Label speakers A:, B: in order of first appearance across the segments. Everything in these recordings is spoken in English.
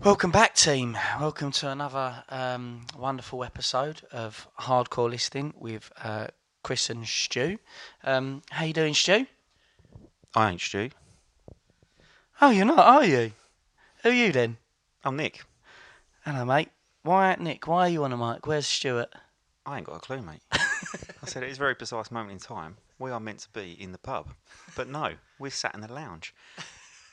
A: Welcome back, team. Welcome to another um, wonderful episode of Hardcore Listing with uh, Chris and Stu. Um, how you doing, Stu?
B: I ain't Stu.
A: Oh, you're not, are you? Who are you then?
B: I'm Nick.
A: Hello, mate. Why, Nick? Why are you on a mic? Where's Stuart?
B: I ain't got a clue, mate. I said at this very precise moment in time, we are meant to be in the pub. But no, we're sat in the lounge.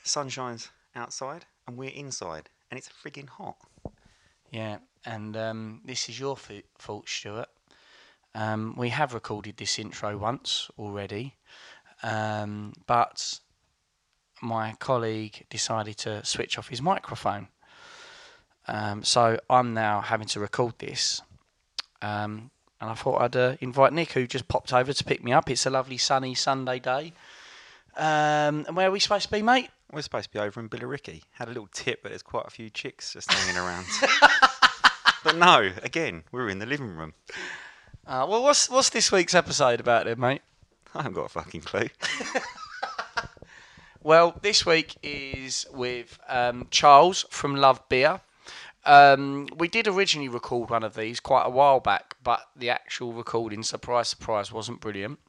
B: Sunshine's outside and we're inside and it's frigging hot.
A: Yeah, and um, this is your fa- fault, Stuart. Um, we have recorded this intro once already, um, but my colleague decided to switch off his microphone. Um, so I'm now having to record this. Um, and I thought I'd uh, invite Nick, who just popped over to pick me up. It's a lovely sunny Sunday day. Um, and where are we supposed to be, mate?
B: We're supposed to be over in Billericay. Had a little tip that there's quite a few chicks just hanging around. but no, again, we're in the living room.
A: Uh, well, what's what's this week's episode about, then, mate?
B: I haven't got a fucking clue.
A: Well, this week is with um, Charles from Love Beer. Um, we did originally record one of these quite a while back, but the actual recording, surprise, surprise, wasn't brilliant.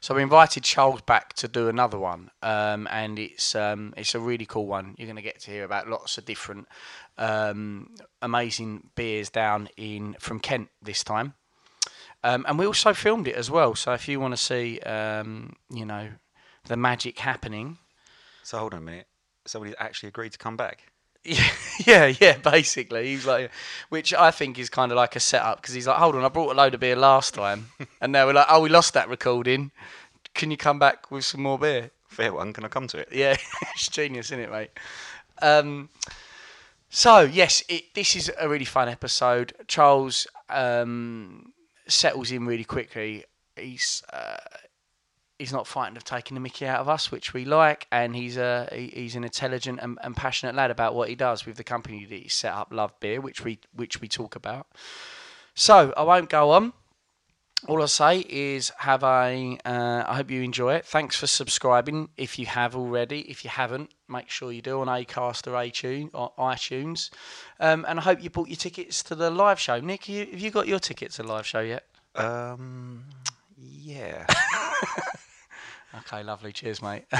A: So we invited Charles back to do another one, um, and it's um, it's a really cool one. You're going to get to hear about lots of different um, amazing beers down in from Kent this time. Um, and we also filmed it as well. So if you want to see, um, you know, the magic happening,
B: So hold on a minute. Somebody's actually agreed to come back.
A: yeah, yeah, yeah. Basically, he's like, which I think is kind of like a setup because he's like, hold on, I brought a load of beer last time, and now we're like, oh, we lost that recording. Can you come back with some more beer?
B: Fair one, can I come to it?
A: Yeah, it's genius, isn't it, mate? Um, so yes, it, this is a really fun episode. Charles um, settles in really quickly. He's uh, he's not frightened of taking the Mickey out of us, which we like, and he's a he- he's an intelligent and, and passionate lad about what he does with the company that he set up, Love Beer, which we which we talk about. So I won't go on. All I say is have a. Uh, I hope you enjoy it. Thanks for subscribing if you have already. If you haven't, make sure you do on Acast or iTunes. Or iTunes. Um, and I hope you bought your tickets to the live show. Nick, you, have you got your tickets to the live show yet?
B: Um, yeah.
A: Okay, lovely. Cheers, mate.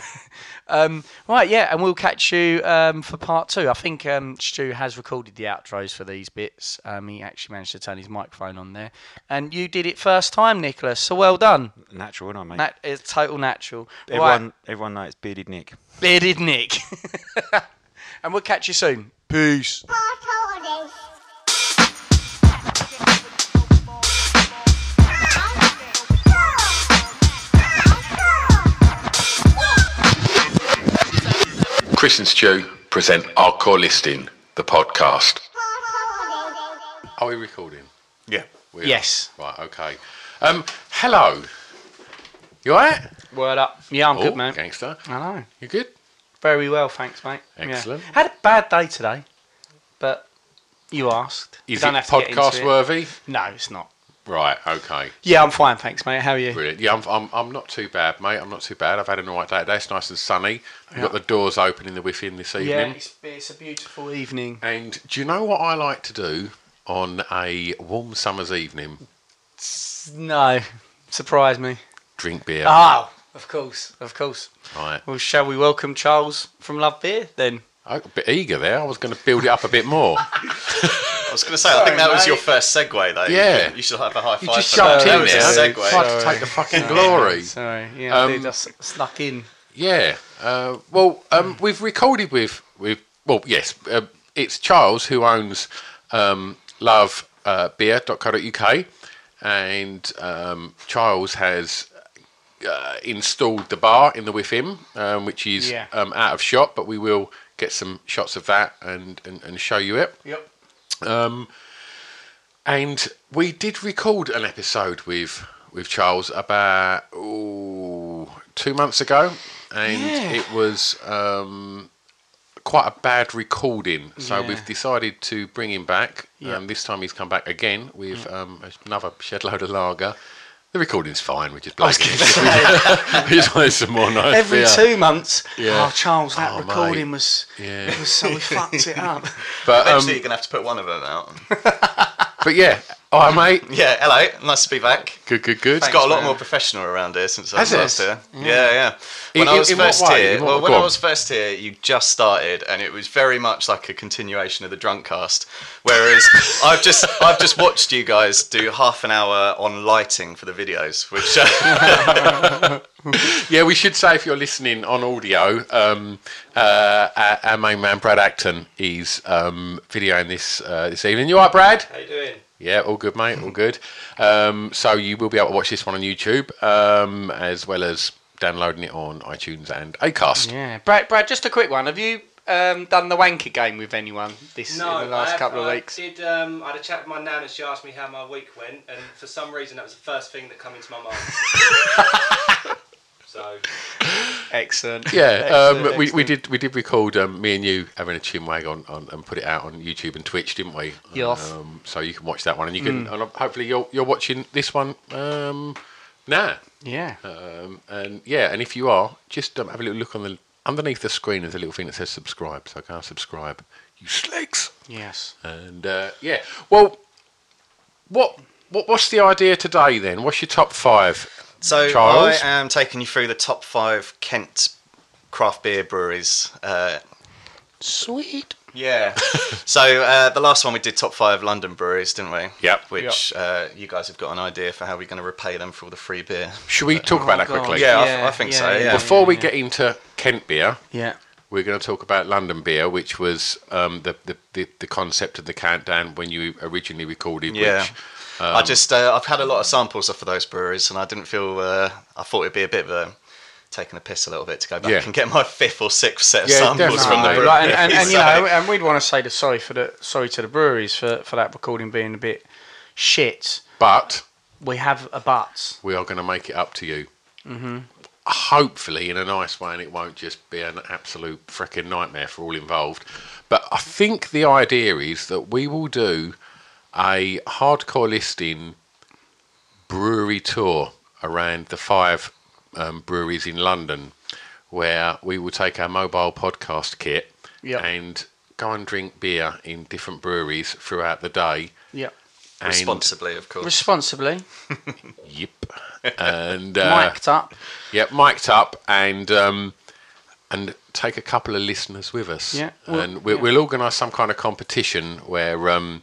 A: um, right, yeah, and we'll catch you um, for part two. I think um, Stu has recorded the outros for these bits. Um, he actually managed to turn his microphone on there. And you did it first time, Nicholas. So well done.
B: Natural, innit, mate?
A: That is total natural.
B: everyone,
A: Right,
B: everyone knows Bearded Nick.
A: bearded Nick. and we'll catch you soon. Peace.
C: Chris and Stu present Our Core Listing, the podcast. Are we recording?
B: Yeah.
C: We are.
A: Yes.
C: Right, okay. Um, hello. You alright?
A: Word up. Yeah, I'm
C: Oh,
A: good, man.
C: Gangster.
A: I know.
C: You good?
A: Very well, thanks, mate. Yeah.
C: Excellent.
A: Had a bad day today, but you asked.
C: Is
A: you don't
C: it
A: have to get into
C: podcast
A: it.
C: worthy?
A: No, it's not.
C: Right, okay.
A: Yeah, I'm fine, thanks, mate. How are you?
C: Brilliant. Yeah, I'm, I'm, I'm not too bad, mate. I'm not too bad. I've had an alright day today. It's nice and sunny. We've got the doors open in the whiff in this evening.
A: Yeah, it's, it's a beautiful evening.
C: And do you know what I like to do on a warm summer's evening?
A: No, surprise me.
C: Drink beer.
A: Oh, Of course, of course.
C: Right.
A: Well, shall we welcome Charles from Love Beer then?
C: I got a bit eager there. I was going to build it up a bit more.
B: I was going to say, I think that was your first segue, though.
C: Yeah.
B: You should have a high five.
C: You just
B: for that.
C: jumped
B: That
C: in
B: was
C: there.
B: a
C: Tried
B: segue.
C: to take the fucking glory.
A: Sorry, yeah, I
C: Um,
A: did. I s- snuck in.
C: Yeah. Uh, well, um, we've recorded with with well, yes, uh, it's Charles who owns um, uh, lovebeer.co.uk, and um, Charles has uh, installed the bar in the with him, um, which is
A: Yeah.
C: um, out of shot, but we will get some shots of that and and, and show you it.
A: Yep.
C: And we did record an episode with with Charles about ooh, two months ago, and it was um, quite a bad recording. So
A: Yeah.
C: we've decided to bring him back.
A: Yeah.
C: Um, this time he's come back again with um, another shed load of lager. The recording's fine. We just
A: I was
C: blagging.
A: going to say
C: we just wanted some more nice
A: every
C: beer.
A: two months.
C: Yeah.
A: Oh, Charles, that
C: Oh, mate.
A: recording was.
C: Yeah.
A: Was so we fucked it up.
C: But um,
B: Eventually, you're going to have to put one of them out.
C: but yeah, all right, mate.
B: yeah, hello. Nice to be back.
C: Good, good, good.
B: It's got a lot more professional around here since I
C: Has
B: was
C: it?
B: last here. Yeah, yeah. When
C: In-
B: I
C: in-
B: was
C: in what
B: first
C: way? In
B: here,
C: what-
B: well, when
C: go
B: I
C: on.
B: was first here, you just started, and it was very much like a continuation of the drunk cast. Whereas I've just I've just watched you guys do half an hour on lighting for the videos, which uh,
C: Yeah, we should say if you're listening on audio, um, uh, our, our main man Brad Acton is um, videoing this uh, this evening. You all right, Brad?
A: How you doing?
C: Yeah, all good, mate. All good. Um, so you will be able to watch this one on YouTube um, as well as downloading it on iTunes and Acast.
A: Yeah, Brad. Brad, just a quick one. Have you um, done the wanker game with anyone this in the last
D: I have-
A: couple of
D: I
A: weeks?
D: Did, um, I had a chat with my nan and she asked me how my week went, and for some reason that was the first thing that came into my mind. so,
A: Excellent.
C: Yeah, um,
A: Excellent,
C: we, we
A: excellent.
C: did we did record um, me and you having a chinwag on, on and put it out on YouTube and Twitch, didn't we?
A: Yes.
C: Um, so you can watch that one, and you can
A: Mm.
C: and hopefully you're you're watching this one um, now.
A: Yeah.
C: Um, and yeah, and if you are, just um, have a little look on the underneath the screen. There's a little thing that says subscribe. So go and subscribe, you slicks.
A: Yes.
C: And uh, yeah, well, what what what's the idea today then? What's your top five?
B: so
C: Charles?
B: I am taking you through the top five Kent craft beer breweries uh,
A: Sweet.
B: Yeah. so uh, the last one we did top five London breweries, didn't we?
C: Yep.
B: Which Uh, you guys have got an idea for how we're going to repay them for all the free beer.
C: Should we talk about that quickly?
B: Yeah, I th- I think so, yeah.
C: Before we get into Kent beer,
A: Yeah.
C: we're going to talk about London beer, which was um, the, the, the the concept of the countdown when you originally recorded.
B: Yeah.
C: Which,
B: I just uh, I've had a lot of samples off of those breweries, and I didn't feel uh, I thought it'd be a bit of a taking a piss a little bit to go back
C: Yeah.
B: and get my fifth or sixth set of
C: Yeah,
B: samples from the
C: definitely.
B: brewery.
A: Ah, Right, and, and, and you
B: So-
A: know, and we'd want to say the sorry for the sorry to the breweries for, for that recording being a bit shit.
C: but
A: We have a but.
C: we are going to make it up to you. Hopefully, in a nice way, and it won't just be an absolute freaking nightmare for all involved. But I think the idea is that we will do a hardcore listing brewery tour around the five um, breweries in London, where we will take our mobile podcast kit
A: Yep.
C: and go and drink beer in different breweries throughout the day.
A: Yep.
C: And-
B: responsibly, of course.
A: Responsibly,
C: Yep. And uh,
A: mic'd up.
C: Yeah, mic'd up and um, and take a couple of listeners with us.
A: Yeah, well,
C: and we,
A: yeah.
C: we'll organise some kind of competition where, um,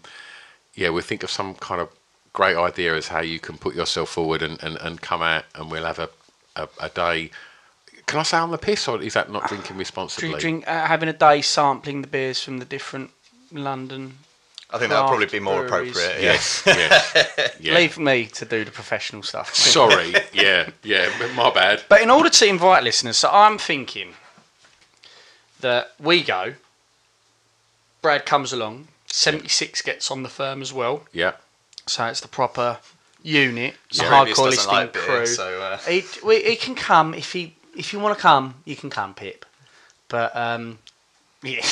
C: yeah, we'll think of some kind of great idea as how you can put yourself forward and, and, and come out, and we'll have a, a, a day. Can I say on the piss, or is that not drinking responsibly?
A: Drink, drink, uh, having a day sampling the beers from the different London.
B: I think that would probably
A: craft
B: be more
A: breweries.
B: appropriate. Yeah.
C: Yes. yes yeah.
A: Leave me to do the professional stuff. mate.
C: Sorry. Yeah. Yeah. My bad.
A: But in order to invite listeners, so I'm thinking that we go, Brad comes along, 76 gets on the firm as well.
C: Yeah.
A: So it's the proper unit, it's a
B: Yeah.
A: hardcore
B: Previous doesn't
A: listing
B: like beer,
A: crew.
B: so, uh,
A: he, we, he can come if he if you want to come, you can come, Pip. But um, yeah.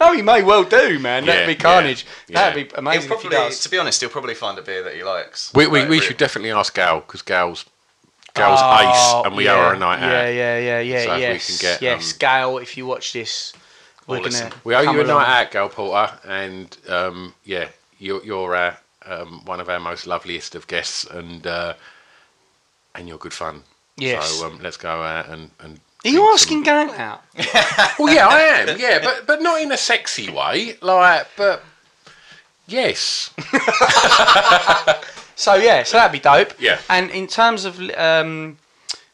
A: no, he may well do, man. That'd
C: Yeah,
A: be
C: yeah,
A: carnage. That'd
C: yeah.
A: be
B: He'll
A: amazing if he
B: probably,
A: does.
B: to be honest, he'll probably find a beer that he likes.
C: We, we,
B: Like,
C: we
B: really-
C: should definitely ask Gal because Gal's Gal's
A: Oh,
C: ace, and we
A: yeah,
C: are a night out.
A: Yeah, yeah, yeah, yeah.
C: So if we
A: yes,
C: can get,
A: yes,
C: um,
A: Gail, if you watch this, we're
B: Or listen.
A: gonna.
C: We owe
A: come
C: you a
A: along.
C: night out, Gal Porter, and um, yeah, you're, you're uh, um, one of our most loveliest of guests, and uh, and you're good fun.
A: Yes.
C: So um, let's go out and. and
A: Are
C: drink
A: you
C: some-
A: asking going out?
C: Well, yeah, I am. Yeah, but but not in a sexy way. Like, but yes,
A: So yeah, so that'd be dope.
C: Yeah.
A: And in terms of um,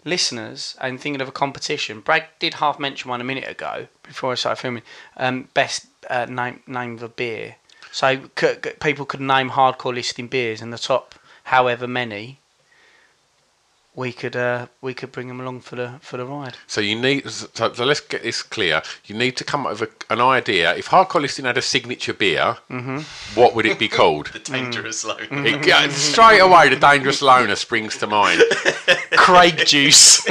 A: listeners and thinking of a competition, Brad did half mention one a minute ago before I started filming. Um, best uh, name name of a beer. So c- c- people could name hardcore listing beers and the top however many. We could uh, we could bring them along for the for the ride.
C: So you need. So, so let's get this clear. You need to come up with a, an idea. If Hardcore Listening had a signature beer, what would it be called?
B: Mm-hmm. The dangerous loan.
C: It- yeah, straight away, the Dangerous Loner springs to mind.
A: Craig juice.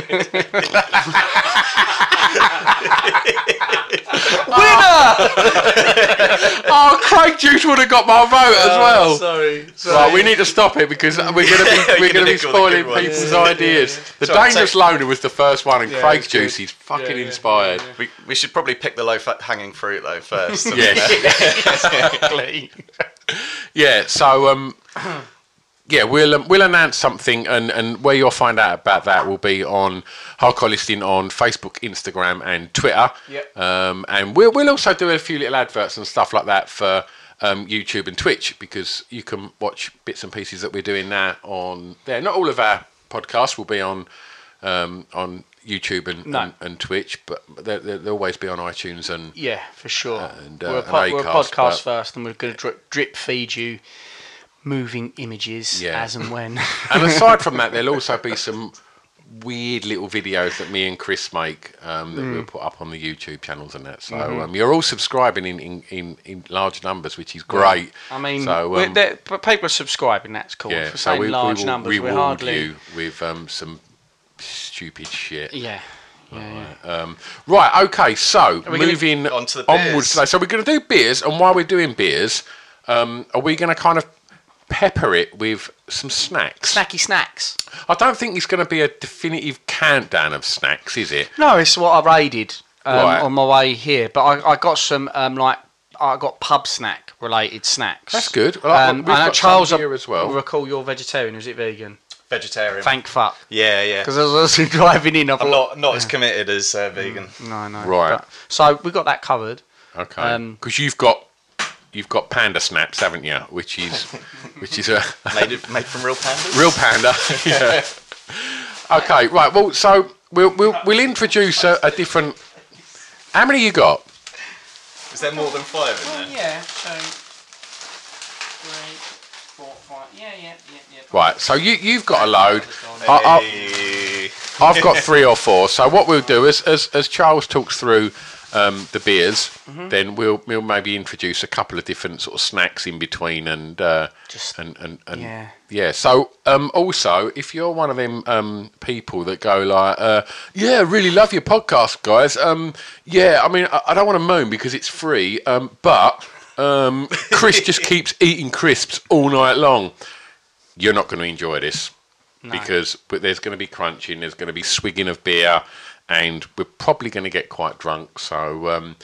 C: oh, Craig Juice would have got my vote as
B: Oh,
C: well.
B: Sorry.
C: Right, we need to stop it because we're going to be
B: You're gonna
C: we're going to be
B: nick all the
C: spoiling
B: good ones.
C: people's
B: Yeah, yeah,
C: ideas. The
B: Sorry,
C: Dangerous
B: so-
C: Loner was the first one, and Craig
A: it's good.
C: Juice is fucking inspired.
B: We, we should probably pick the low fa- hanging fruit though first.
C: Yes. yeah. So um, yeah, we'll um, we'll announce something, and and where you'll find out about that will be on hardcore listing on Facebook, Instagram, and Twitter.
A: Yep.
C: Um, and we'll we'll also do a few little adverts and stuff like that for. Um, YouTube and Twitch because you can watch bits and pieces that we're doing now on there. Not all of our podcasts will be on um, on YouTube and,
A: No.
C: and, and Twitch, but they'll, they'll they'll always be on iTunes and
A: Yeah, for sure.
C: And, uh,
A: we're, a
C: an
A: po- we're a
C: Acast,
A: podcast
C: but-
A: first, and we're going to drip, drip feed you moving images
C: Yeah.
A: as and when.
C: and aside from that, there'll also be some weird little videos that me and Chris make um, that
A: Mm.
C: we'll put up on the YouTube channels and that. So
A: Mm-hmm.
C: um, you're all subscribing in, in, in, in large numbers, which is great.
A: I mean,
C: so,
A: we're,
C: um,
A: they're- but people are subscribing. That's cool.
C: yeah,
A: for
C: so
A: saying
C: we, we
A: large
C: will
A: numbers,
C: reward
A: we're hardly.
C: you with um, some stupid shit.
A: Yeah. Yeah, yeah.
C: Um, right, okay, so
A: we gonna-
C: moving
B: On to the
C: onwards.
B: beers.
C: So we're going to do beers, and while we're doing beers, um, are we going to kind of pepper it with some snacks?
A: Snacky snacks.
C: I don't think it's going to be a definitive countdown of snacks, is it?
A: No, it's what I raided um,
C: Right.
A: on my way here. But I, I got some um, like I got pub snack related snacks.
C: That's good. Well, I-
A: um,
C: we've
A: and, uh,
C: got some
A: Charles, I
C: here as well.
A: recall you're vegetarian. Is it vegan?
B: Vegetarian.
A: Thank fuck.
B: yeah, yeah.
A: Because I was also driving in. I
B: I'm
A: thought, Mm,
B: not not as committed as uh, vegan.
A: No, no.
C: Right.
A: But- so we got that covered.
C: Okay.
A: Um,
C: Because you've got you've got panda snaps, haven't you? Which is which is a
B: Made it, made from real pandas.
C: real panda. yeah. Okay. Right. Well, so we'll we'll, we'll introduce a, a different. How many you got?
B: Is there more than five in there?
A: yeah. So three, four, five. Yeah, yeah, yeah, yeah.
C: Right. So you you've got a load. I, I,
B: Eh,
C: I've got three or four. So what we'll do is, as as Charles talks through um, the beers,
A: Mm-hmm.
C: then we'll we'll maybe introduce a couple of different sort of snacks in between and uh,
A: Just-
C: and and, and
A: yeah.
C: yeah. So um, also, if you're one of them um, people that go like, uh, yeah, really love your podcast, guys. Um, yeah, I mean, I, I don't want to moan because it's free, um, but um, Chris just keeps eating crisps all night long you're not going to enjoy this because but there's going to be crunching, there's going to be swigging of beer, and we're probably going to get quite drunk. So um,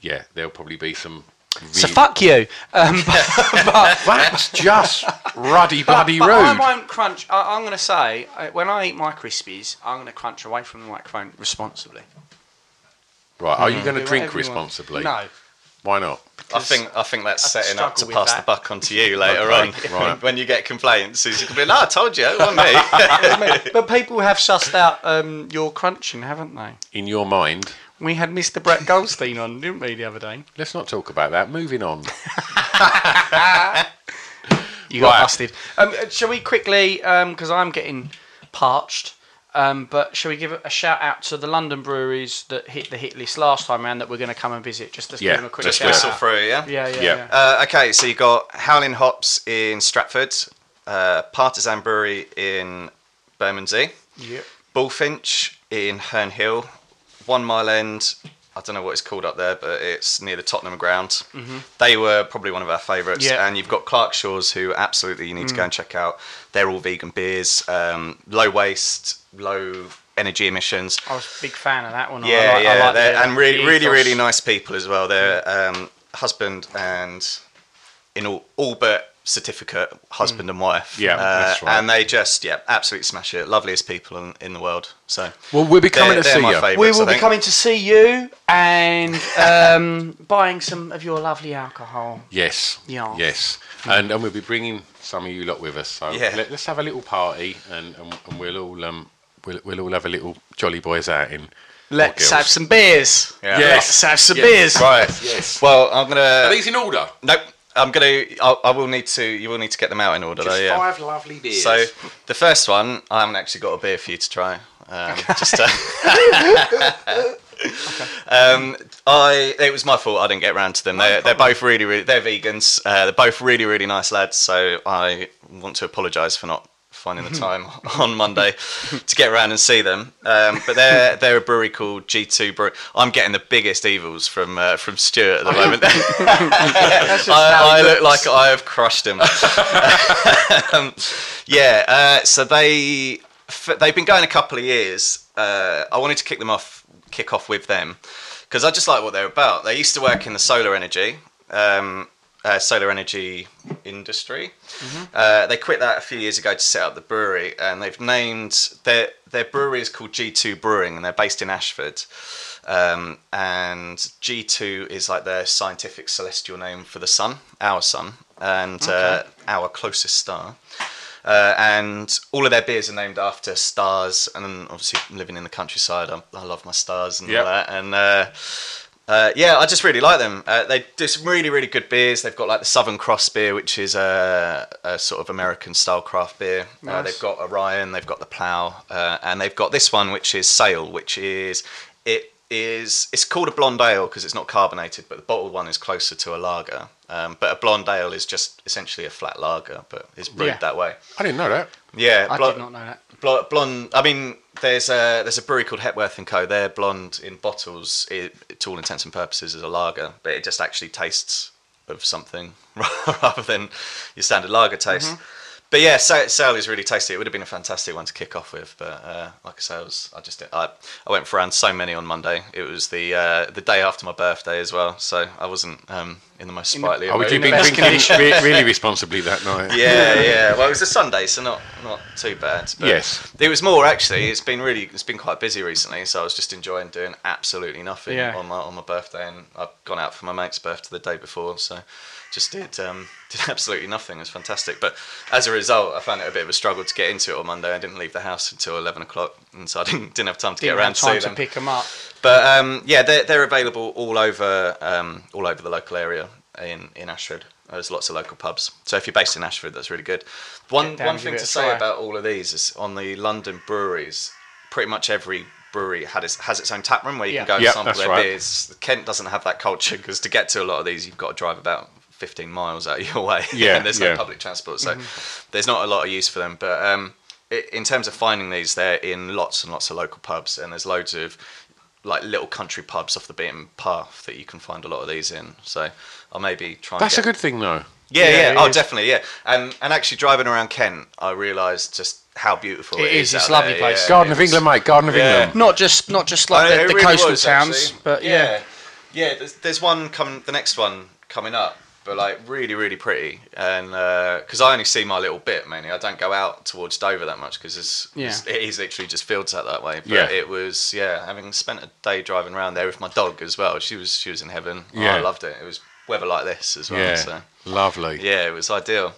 C: yeah, there'll probably be some.
A: So fuck you. Um, but, but,
C: That's just ruddy bloody
A: but I
C: rude.
A: won't crunch. I, I'm going to say uh, when I eat my crispies, I'm going to crunch away from the microphone responsibly.
C: Right? Are you going to
A: Mm. Do
C: drink
A: whatever you want.
C: responsibly?
A: No.
C: Why not?
B: I think I think that's
A: I
B: setting up to
A: struggle with
B: pass the
A: that.
B: buck on to you later
C: Okay,
B: on.
C: right.
B: when you get complaints, is you can be like, "No, I told you, it wasn't me."
A: but people have sussed out um, your crunching, haven't they?
C: In your mind,
A: We had Mr. Brett Goldstein on, didn't we, the other day?
C: let's not talk about that. Moving on.
A: You got
C: Right.
A: busted. Um, uh, shall we quickly, because I'm getting parched, um, but shall we give a shout out to the London breweries that hit the hit list last time round that we're going to come and visit? Just to
C: Yeah,
A: give them a quick
C: just
A: shout
B: Whistle
A: out.
B: through, yeah.
A: Yeah, yeah,
C: Yeah.
A: yeah.
B: Uh, okay, so you got Howling Hops in Stratford, uh, Partisan Brewery in Bermondsey,
A: Yep.
B: Bullfinch in Herne Hill, One Mile End. I don't know what it's called up there, but it's near the Tottenham ground. They were probably one of our favourites.
A: Mm-hmm. Yeah. Mm.
B: And you've got Clark Shaw's, who absolutely you need to go and check out. They're all vegan beers, um, low waste, low energy emissions.
A: I was a big fan of that one. Oh, I
B: Yeah,
A: like- I
B: yeah,
A: like
B: they're-
A: the- uh,
B: and really,
A: the
B: really,
A: ethos.
B: really nice people as well. Their um, husband and in all, all but
A: certificate, husband and wife.
C: Yeah,
B: Uh,
C: that's right.
A: And they just, yeah, absolutely smash it. Loveliest people in, in the world. So
C: Well, we'll be coming
A: they're,
C: to
A: they're
C: see
A: my
C: you.
A: Favourites,
E: We
A: I
E: will be
A: think.
E: coming to see you and um, buying some of your lovely alcohol.
C: Yes.
E: Yeah.
C: Yes. And, and we'll be bringing some of you lot with us. So
A: Yeah.
C: let, us have a little party, and, and, and we'll all um we'll, we'll all have a little jolly boys out in.
E: Let's
C: or
E: have
C: girls.
E: some beers.
A: Yeah.
C: Yes.
E: Let's have some
C: Yeah.
E: beers.
C: Right. uh, Yes.
A: Well, I'm gonna.
C: Are these in order?
A: Nope. I'm gonna. I, I will need to. You will need to get them out in order,
C: Just
A: though. Yeah.
C: five lovely beers.
A: So the first one, I haven't actually got a beer for you to try. Um, just to um, I it was my fault. I didn't get round to them. They're, they're both really, really they're vegans. Uh, they're both really, really nice lads. So I want to apologise for not finding the time on Monday to get around and see them. Um, but they're they're a brewery called G2 Brew. I'm getting the biggest evils from uh, from Stuart at the moment. I, I look like I have crushed him. Um, yeah, uh, so they f- they've been going a couple of years. Uh, I wanted to kick them off, kick off with them, because I just like what they're about. They used to work in the solar energy, um, uh, solar energy industry. Uh, they quit that a few years ago to set up the brewery, and they've named their their brewery is called G2 Brewing, and they're based in Ashford. Um, and G2 is like their scientific celestial name for the sun, our sun, and uh, our closest star. Uh, and all of their beers are named after stars. And then obviously, living in the countryside, I, I love my stars and
C: Yep.
A: all that. And uh, uh, yeah, I just really like them. Uh, they do some really, really good beers. They've got like the Southern Cross beer, which is a, a sort of American style craft beer. Uh, they've got Orion, they've got the Plough, uh, and they've got this one, which is Sail, which is it is it's called a blonde ale because it's not carbonated, but the bottled one is closer to a lager. Um, but a blonde ale is just essentially a flat lager, but it's brewed
E: Yeah.
A: that way.
C: I didn't know that.
A: Yeah,
E: I
A: blo-
E: did not know that.
A: blo- blonde. I mean, there's a there's a brewery called Hepworth and Co. Their blonde in bottles, it, to all intents and purposes, is a lager, but it just actually tastes of something rather than your standard lager taste.
E: Mm-hmm.
A: But yeah, Sa- Sale is really tasty. It would have been a fantastic one to kick off with, but uh, like I say, I, was, I just I, I went for around so many on Monday. It was the uh, the day after my birthday as well, so I wasn't um, in the most sprightly. of
C: Oh,
A: mood.
C: would you
E: in the
C: be
E: best
C: drinking
E: condition.
C: re- really responsibly that night?
A: Yeah, yeah. Well, it was a Sunday, so not not too bad. But
C: Yes.
A: it was more actually. It's been really, it's been quite busy recently, so I was just enjoying doing absolutely nothing
E: Yeah.
A: on my on my birthday, and I've gone out for my mate's birthday the day before, so just did um, did absolutely nothing. It was fantastic, but as a result, I found it a bit of a struggle to get into it on Monday. I didn't leave the house until eleven o'clock, and so I didn't didn't have time to
E: Didn't
A: get around
E: have time
A: to,
E: to
A: see them.
E: pick them up.
A: But um, yeah, they're, they're available all over um, all over the local area in, in Ashford. There's lots of local pubs. So if you're based in Ashford, that's really good. One
E: Get down,
A: one
E: give
A: thing
E: it
A: to
E: a
A: say
E: try.
A: about all of these is on the London breweries, pretty much every brewery had its, has its own tap room where you
E: Yeah.
A: can go and
C: Yeah,
A: sample
C: that's
A: their
C: right.
A: beers. Kent doesn't have that culture because to get to a lot of these, you've got to drive about 15 miles out of your way.
C: Yeah,
A: and there's
C: yeah.
A: no public transport, so
E: Mm-hmm.
A: there's not a lot of use for them. But um, i in terms of finding these, they're in lots and lots of local pubs, and there's loads of like little country pubs off the beaten path that you can find a lot of these in. So I'll maybe try.
C: That's a
A: and get-
C: good thing, though.
A: Yeah,
E: Yeah,
A: yeah.
E: it
A: Oh,
E: is.
A: definitely. Yeah. And and actually driving around Kent, I realised just how beautiful
E: It
A: it
E: is,
A: is.
E: it's
A: out
E: a lovely
A: there,
E: place.
A: yeah.
C: Garden of
A: It's-
C: England, mate. Garden of
A: Yeah.
C: England.
E: Not just not just
A: I
E: like
A: know,
E: the,
A: it
E: the
A: really
E: coastal
A: was,
E: towns,
A: actually.
E: but yeah.
A: yeah. Yeah, there's, there's one coming, the next one coming up, but like really, really pretty. And because I only see my little bit mainly, I don't go out towards Dover that much because it's,
E: Yeah.
A: it's- it is literally just fields out that way. But
C: Yeah.
A: it was yeah, having spent a day driving around there with my dog as well. She was she was in heaven. Oh,
C: Yeah.
A: I loved it. It was weather like this as well.
C: Yeah.
A: So.
C: Lovely.
A: Yeah, it was ideal.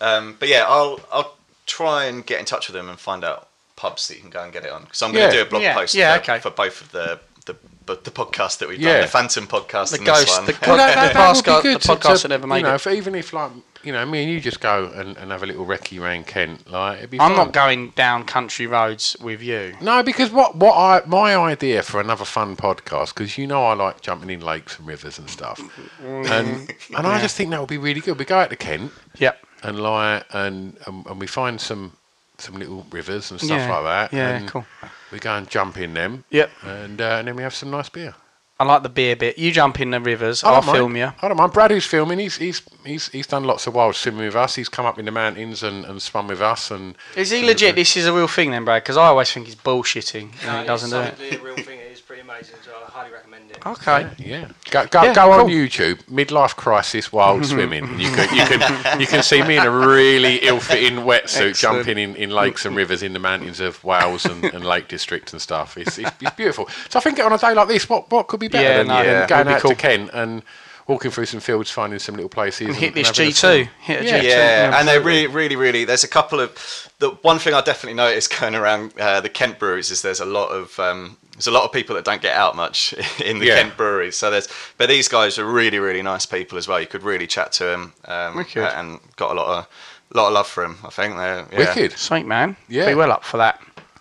A: Um, but yeah, I'll I'll try and get in touch with them and find out pubs that you can go and get it on. So I'm going
C: Yeah.
A: to do a blog
E: Yeah,
A: post
E: yeah,
A: for,
E: okay.
A: for both of the the but the podcast that we've
C: Yeah.
A: done, the Phantom podcast,
E: The
A: and this
E: ghost,
A: one.
E: the Well,
C: Well, that,
E: the
C: that, that would
E: podcast-
C: be good
E: the podcast that never made
C: you know,
E: it.
C: if even if like you know, me and you just go and, and have a little recce round Kent, like it'd be.
E: I'm
C: fine.
E: not going down country roads with you.
C: No, because what what I my idea for another fun podcast because you know I like jumping in lakes and rivers and stuff,
E: Mm.
C: and and I just think that would be really good. We go out to Kent
E: Yep.
C: and like and and, and we find some some little rivers and stuff
E: Yeah,
C: like that.
E: yeah,
C: and
E: cool.
C: We go and jump in them.
E: Yep.
C: And uh, and then we have some nice beer.
E: I like the beer bit. You jump in the rivers,
C: I
E: I'll
C: don't mind.
E: film you.
C: I don't mind. Brad, who's filming, he's he's he's he's done lots of wild swimming with us. He's come up in the mountains and, and swum with us. And
E: Is he legit? This is a real thing then, Brad? Because I always think he's bullshitting and he doesn't do it.
F: It's a real thing. It is pretty amazing as well. I highly recommend it.
E: Okay.
C: Yeah, go go,
E: Yeah,
C: go on
E: cool.
C: YouTube. Midlife crisis, wild swimming. and You can you can you can see me in a really ill-fitting wetsuit jumping in, in lakes and rivers in the mountains of Wales and, and Lake District and stuff. It's, it's it's beautiful. So I think on a day like this, what what could be better
E: Yeah,
C: than,
E: no,
C: than
E: yeah. Would
C: going
E: be
C: out
E: cool.
C: to Kent and walking through some fields, finding some little places.
E: Hit this
C: having a
E: G2.
C: swim.
E: Hit a
C: yeah.
E: G2.
A: Yeah, and they really, really, really. There's a couple of the one thing I definitely noticed going around uh, the Kent breweries is there's a lot of um, there's a lot of people that don't get out much in the
C: Yeah.
A: Kent breweries. So there's, but these guys are really, really nice people as well. You could really chat to them, um,
E: Wicked.
A: and got a lot of lot of love for them. I think they're yeah.
C: Wicked.
E: Sweet man.
C: Yeah.
E: Be well up for that.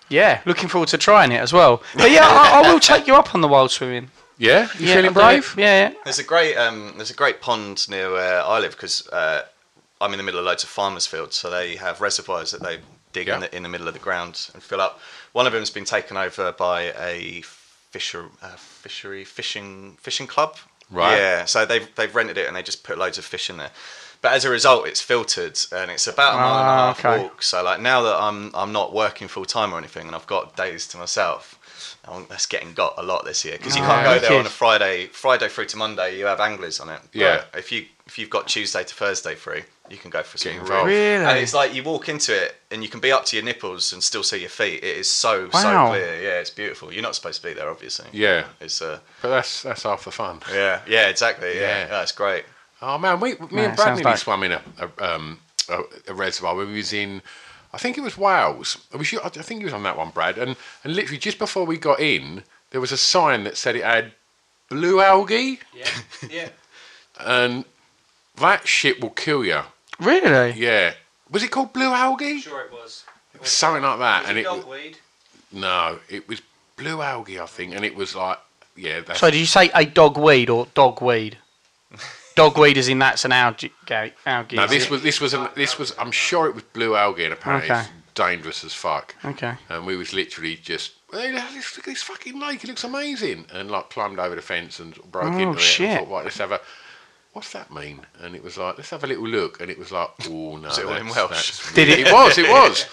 E: Yeah, looking forward to trying it as well. But yeah, I, I will take you up on the wild swimming.
C: Yeah, you
E: yeah,
C: feeling
E: I'll do it.
C: brave?
E: Yeah, yeah.
A: There's a great um, there's a great pond near where I live because uh, I'm in the middle of loads of farmers' fields, so they have reservoirs that they dig
C: Yeah.
A: in, the, in the middle of the ground and fill up. One of them's been taken over by a fisher uh, fishery fishing fishing club.
C: Right.
A: Yeah. So they've they've rented it and they just put loads of fish in there. But as a result, it's filtered and it's about a mile and a
E: Ah,
A: half
E: okay.
A: walk. So like now that I'm I'm not working full time or anything and I've got days to myself, I'm- that's getting got a lot this year because you can't go there on a
E: wicked.
A: Friday, Friday through to Monday, you have anglers on it. But
C: Yeah.
A: if you if you've got Tuesday to Thursday free, you can go for a swim.
C: involved.
E: Really?
A: And it's like you walk into it and you can be up to your nipples and still see your feet. It is so
E: Wow.
A: so clear. Yeah, it's beautiful. You're not supposed to be there, obviously.
C: Yeah.
A: It's uh,
C: But that's that's half the fun.
A: yeah, yeah, exactly. Yeah,
C: Yeah.
A: that's great.
C: Oh man, we, me
E: Man,
C: and
E: it sounds
C: Brad nearly
E: like-
C: swam in a, a, um, a, a reservoir. We was in, I think it was Wales. I, was, I think he was on that one, Brad. And and literally just before we got in, there was a sign that said it had blue algae,
F: Yeah, yeah.
C: and that shit will kill you.
E: Really?
C: Yeah, was it called blue algae?
F: Sure, it was. It was
C: Something like that.
F: was
C: and
F: it
C: it w-
F: dogweed?
C: no, it was blue algae, I think. And it was like, yeah, that's
E: So did you say a dog weed or dog weed? Dog weed is in that's an algae. ga- algae
C: No,
E: is
C: this
E: it?
C: was this was an, this was. I'm sure it was blue algae, and apparently
E: Okay.
C: it's dangerous as fuck.
E: Okay.
C: And we was literally just hey, look at this, look at this fucking lake. It looks amazing, and like climbed over the fence and broke
E: Oh,
C: into it.
E: shit.
C: And thought, right, let's have a. What's that mean? And it was like, let's have a little look. And it was like, oh no,
A: it all in
C: that's-
A: Welsh?
C: that's-
E: Did it-
C: It was, it was.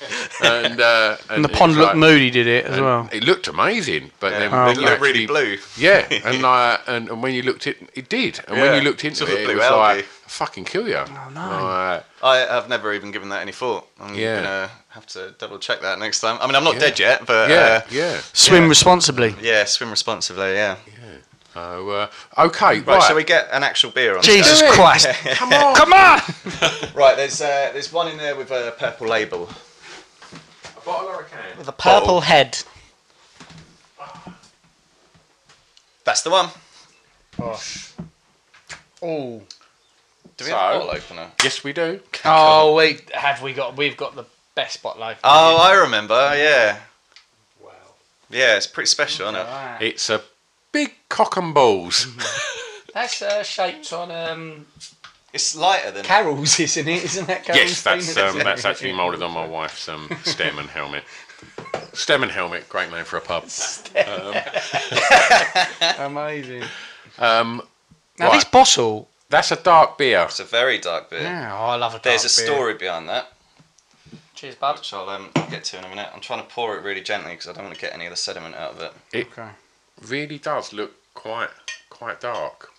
C: And, uh,
E: And the
C: it
E: pond
C: was
E: looked
C: like-
E: moody, did it as
C: and
E: well?
C: It looked amazing, but then
A: Oh,
C: when
A: it
C: you
A: looked really
C: actually-
A: blue.
C: Yeah, and like, and, and when you looked it, it did. And
A: Yeah,
C: when you looked
A: it's
C: into
A: all
C: it, it
A: blue
C: was
A: algae.
C: like, fucking kill you. Oh no.
A: I have never even given that any thought. I'm
C: Yeah.
A: gonna have to double check that next time. I mean, I'm not dead yet, but
C: yeah,
A: uh,
C: yeah.
E: Swim responsibly.
A: yeah, swim responsibly. Yeah.
C: So, uh, okay, right.
A: Right, shall we get an actual beer on?
E: Jesus
C: Do it.
E: Christ.
C: Come on.
E: Come on!
A: Right, there's uh, there's one in there with a purple label.
C: A bottle or a can?
E: The purple head.
A: That's the one.
E: Oh.
A: Do we have a
C: So-
A: bottle opener?
C: Yes, we do.
E: Oh, we have we got we've got the best spotlight.
A: Oh, I remember. Yeah,
F: Wow.
A: yeah, it's pretty special, isn't it?
C: It's a big cock and balls.
E: That's uh, shaped on um,
A: It's lighter than.
E: Carol's, isn't it? Isn't that Carol's?
C: yes, that's
E: thing?
C: um, that's actually moulded on my wife's um, stem and helmet. Stem and helmet, great name for a pub.
E: amazing.
C: Um,
E: Now this
C: Right.
E: bottle.
C: that's a dark beer.
A: It's a very dark beer.
E: Yeah, oh, I love a.
A: There's
E: dark
A: a
E: beer.
A: story behind that,
E: Cheers, bud.
A: which I'll um, get to in a minute. I'm trying to pour it really gently because I don't want to get any of the sediment out of it.
C: It
E: Okay.
C: really does look quite quite dark.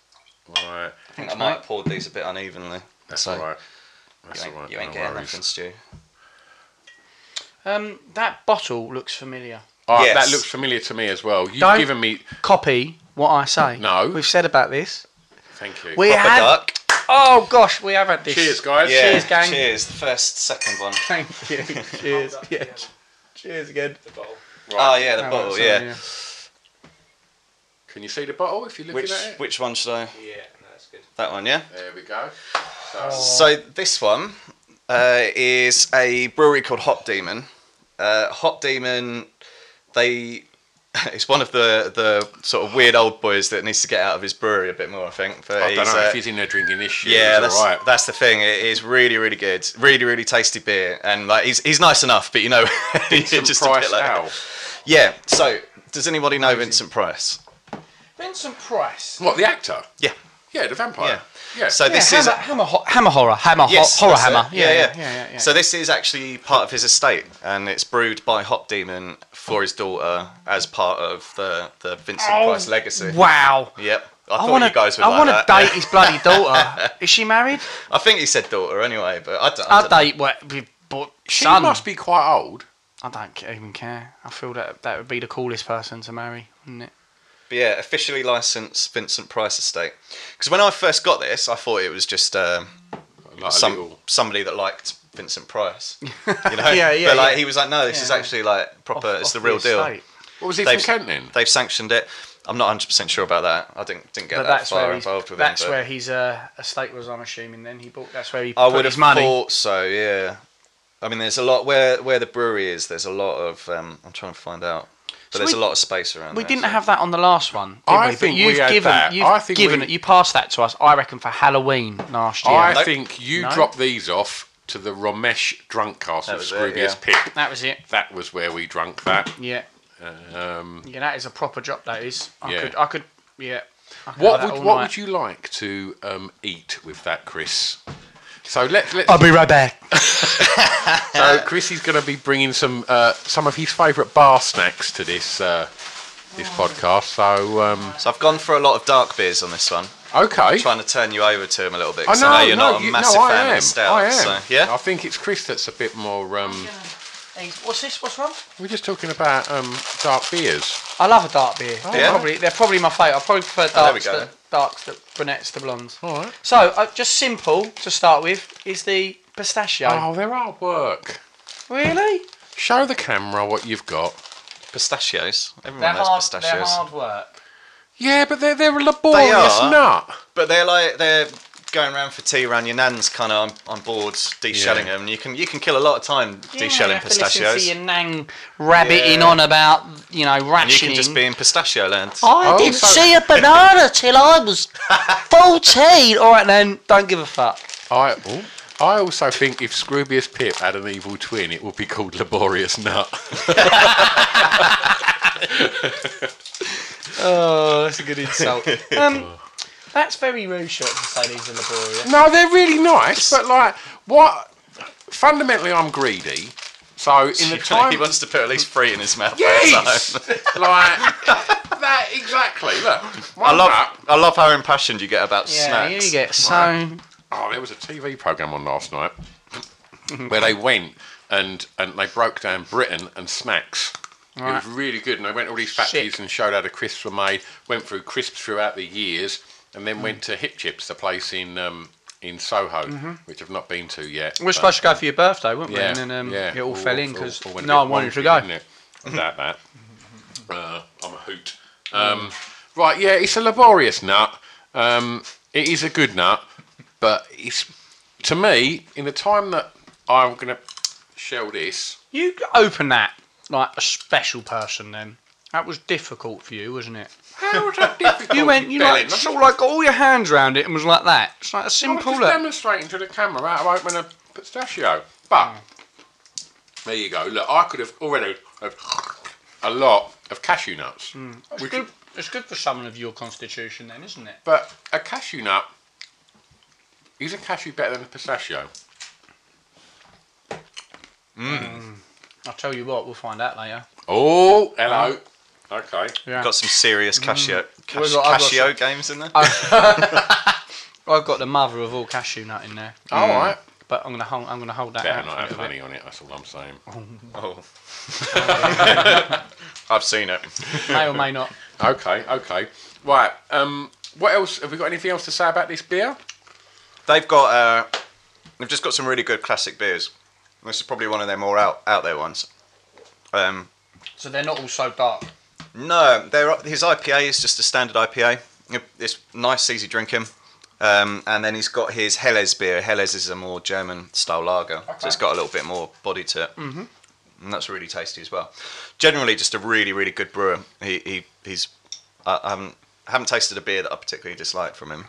C: Right,
A: I think I might have poured these a bit unevenly.
C: that's
A: so
C: all right. That's
A: You ain't,
C: all right.
A: you ain't
C: no
A: getting
C: worries.
A: nothing, Stu.
E: Um, that bottle looks familiar.
C: Oh,
A: Yes.
C: That looks familiar to me as well. You've
E: Don't-
C: given me.
E: Copy what I
A: Mm-hmm.
E: say.
C: No.
E: we've said about this.
C: Thank you.
E: We
A: Proper
E: have.
A: dark.
E: Oh gosh, we have had this.
C: Cheers, guys.
A: Yeah.
E: Cheers, gang.
A: Cheers. The first, second one.
E: Thank you. Cheers. yeah. Cheers again.
F: The bottle.
A: Oh yeah, the bottle.
C: uh,
E: Sorry,
A: yeah.
C: Can you see the bottle if you're looking
A: Which
C: at it?
A: which one should I?
F: Yeah, no, that's good.
A: That one, yeah.
C: There we go. So,
A: So this one uh, is a brewery called Hop Demon. Uh, Hop Demon, they it's one of the the sort of weird old boys that needs to get out of his brewery a bit more, I think. But
C: I don't know
A: uh,
C: if he's in there drinking this shit.
A: yeah,
C: he's
A: that's
C: all right.
A: that's the thing. It is really really good, really really tasty beer, and like he's he's nice enough, but you know,
C: Vincent
A: just a
C: Price
A: bit like
C: Owl.
A: yeah. So does anybody know Vincent Price?
E: Vincent Price.
C: What the actor?
A: Yeah.
C: Yeah, the vampire. Yeah.
A: So this
E: hammer,
A: is
E: hammer, ho- hammer horror, hammer, ho-
A: Yes,
E: horror
A: that's it.
E: hammer.
A: Yeah yeah. So this is actually part of his estate, and it's brewed by Hop Demon for his daughter as part of the, the Vincent Price legacy.
E: Oh, Wow.
A: Yep. I,
E: I
A: thought
E: want
A: you guys
E: to.
A: would
E: I
A: like
E: want to
A: that.
E: date his bloody daughter. Is she married?
A: I think he said daughter anyway, but I don't, I
E: I'd
A: don't know.
E: date what, but
C: She
E: son.
C: must be quite old.
E: I don't ca- even care. I feel that that would be the coolest person to marry, wouldn't it?
A: But yeah, officially licensed Vincent Price estate. Because when I first got this, I thought it was just um,
C: Like a
A: some
C: little-
A: somebody that liked Vincent Price. You know?
E: Yeah, yeah,
A: But like
E: yeah.
A: he was like, no, this is
E: Yeah.
A: actually like proper.
E: Off-
A: it's the
E: off
A: real deal.
E: estate.
C: What was he
A: They've-
C: from Kent then?
A: They've sanctioned it. I'm not 100 percent sure about that. I didn't didn't get
E: But
A: that
E: that's
A: far
E: where he's,
A: involved with
E: that's
A: him. but
E: where his uh, estate was. I'm assuming then he bought. That's where he.
A: I
E: put
A: would have
E: his money.
A: thought so. Yeah. I mean, there's a lot where where the brewery is. There's a lot of. Um, I'm trying to find out, but
E: So
A: there's
E: we-
A: a lot of space around.
E: We
A: there,
E: didn't
A: so-
E: have that on the last one. Did
C: I
E: we?
C: think
E: but you've
C: we had
E: given,
C: that.
E: You've
C: I think
E: given
C: we-
E: you passed that to us. I reckon for Halloween last year.
C: I
A: Nope.
C: think you
E: No.
C: dropped these off to the Ramesh Drunkcast
A: That
C: of
A: was it,
C: Scroobius
A: yeah.
C: Pip.
E: that was it.
C: That was where we drunk that.
E: Yeah.
C: Um,
E: Yeah, that is a proper drop. That is. I
C: Yeah.
E: could. I could. Yeah. I could
C: what
E: have that
C: would
E: all
C: what
E: night.
C: would you like to um, eat with that, Chris? So let's let's.
E: be right back.
C: so Chris is going to be bringing some uh, some of his favourite bar snacks to this uh, this
E: Oh.
C: podcast. So um,
A: So I've gone for a lot of dark beers on this one.
C: okay.
A: Trying to turn you over to him a little bit.
C: I
A: 'cause
C: know,
A: you're
C: no,
A: not a
C: you-
A: massive
C: no, I
A: fan
C: am.
A: of the stout.
C: I am.
A: So, yeah.
C: I think it's Chris that's a bit more. Um,
E: What's this? What's wrong?
C: we're just talking about um, dark beers. Oh.
E: I love a dark beer. They're
A: Yeah? Oh,
E: probably they're probably my favourite. I probably prefer
A: there we
E: darks,
A: go.
E: to, darks to brunettes to blondes.
C: All right.
E: So uh, just simple to start with is the pistachio.
C: Oh, they're hard work.
E: really?
C: Show the camera what you've got.
A: Pistachios. Everyone
E: They're hard.
A: knows
E: They're
A: pistachios.
E: hard work.
C: Yeah, but they're they're a laborious
A: are.
C: nut.
A: But they're like they're going round for tea around your nan's kind of on, on board deshelling them. You can you can kill a lot of time
E: You
A: deshelling
E: have to listen
A: pistachios.
E: To your nang rabbiting
A: Yeah.
E: on about you know
A: And you
E: rationing.
A: can just be in pistachio land.
E: I
C: Oh,
E: didn't
C: so-
E: see a banana till I was fourteen. All right then, don't give a fuck.
C: I I also think if Scroobius Pip had an evil twin, it would be called Laborious Nut.
E: Oh, that's a good insult. um, that's very rude, short to say these are laborious.
C: no, they're really nice, but like what? Fundamentally, I'm greedy. So in the time,
A: he wants to put at least three in his mouth.
C: yes, like that exactly. Look,
A: I
C: one
A: love
C: nut-
A: I love how impassioned you get about
E: Yeah,
A: snacks.
E: you get so.
C: Oh, there was a TV program on last night where they went and and they broke down Britain and snacks. It was really good, and they went to all these factories
E: Sick.
C: and showed how the crisps were made. Went through crisps throughout the years, and then went to Hip Chips, the place in um, in Soho, which I've not been to yet.
E: Mm-hmm. We were
C: but- um,
E: supposed to go for your birthday, weren't we?
C: yeah,
E: and then um,
C: yeah,
E: it all, fell in
C: all-
E: because
C: all went a
E: no one
C: bit
E: wanted to
C: wonky,
E: go.
C: didn't it? About that. Uh, I'm a hoot.
E: Mm.
C: Um, right, yeah, it's a laborious nut. Um, it is a good nut, but it's to me in the time that I'm gonna shell this.
E: You open that like a special person then. That was difficult for you, wasn't it?
C: How was that difficult?
E: You went, you
C: Belen?
E: like, sort of like got all your hands round it and was like that. It's like a
C: I was
E: simple
C: just
E: look.
C: demonstrating to the camera how to open a pistachio, but there you go. Look, I could have already have a lot of cashew nuts.
E: Hmm. It's
C: which-
E: good, it's good for someone of your constitution then, isn't it?
C: But a cashew nut is a cashew better than a pistachio. Hmm.
E: Hmm. I'll tell you what, we'll find out later.
C: Oh, hello. Okay.
E: Yeah.
A: Got some serious cashew
E: Mm. We've
A: cash,
E: got- I've got
A: cashew
E: some-
A: games in there.
E: I've got the mother of all cashew nut in there.
C: All right.
E: Hmm. But I'm gonna hold I'm gonna hold that
C: Better
E: out.
C: not
E: for a
C: have
E: little bit.
C: honey on it. That's all I'm saying.
A: Oh. I've seen it.
E: May or may not.
C: Okay. Okay. Right. Um. What else? Have we got anything else to say about this beer?
A: They've got uh, they've just got some really good classic beers. This is probably one of their more out out there ones. Um,
E: So they're not all so dark.
A: no, they're, his IPA is just a standard IPA. It's nice, easy drinking. Um, and then he's got his Helles beer. Helles is a more German style lager, so it's got a little bit more body to it. Mm-hmm. And that's really tasty as well. Generally, just a really, really good brewer. He, he he's I, I haven't haven't tasted a beer that I particularly dislike from him.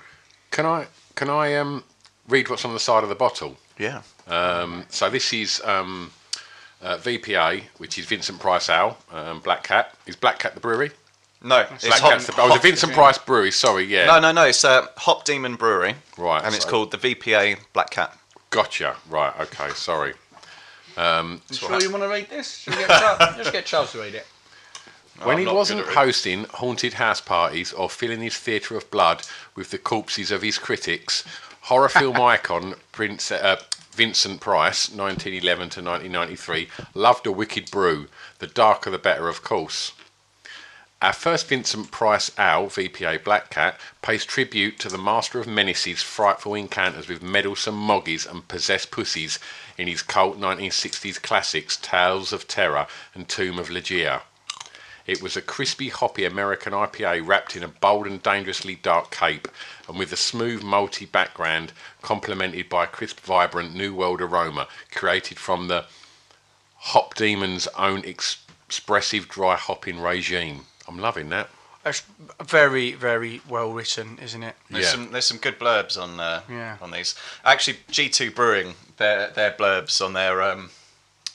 C: Can I? Can I? Um. Read what's on the side of the bottle.
A: Yeah.
C: Um, so this is um, uh, VPA, which is Vincent Price Ale, um, Black Cat. Is Black Cat the brewery?
A: No, it's
C: Like,
A: Hop.
C: that's the, oh, the Vincent Price Brewery. Sorry, yeah.
A: No, no, no. It's uh, Hop Demon Brewery.
C: Right,
A: And it's
C: so-
A: called the VPA Black Cat.
C: Gotcha. Right. Okay. Sorry.
E: Sure, you want to read this? Should we get Charles? Just get Charles to read it.
C: when
A: I'm
C: he
A: not good
C: wasn't
A: at it.
C: hosting haunted house parties or filling his theatre of blood with the corpses of his critics, horror film icon Prince uh, Vincent Price, 1911 to 1993, loved a wicked brew. The darker the better, of course. Our first Vincent Price Owl, VPA Black Cat, pays tribute to the master of menaces, frightful encounters with meddlesome moggies and possessed pussies in his cult 1960s classics Tales of Terror and Tomb of Ligeia. It was a crispy, hoppy American IPA wrapped in a bold and dangerously dark cape, and with a smooth, malty background complemented by a crisp, vibrant New World aroma created from the Hop Demon's own ex- expressive dry hopping regime. I'm loving that.
E: It's very, very well written, isn't it?
A: There's
C: Yeah.
A: some there's some good blurbs on uh,
E: Yeah.
A: on these. Actually, G2 Brewing their their blurbs on their um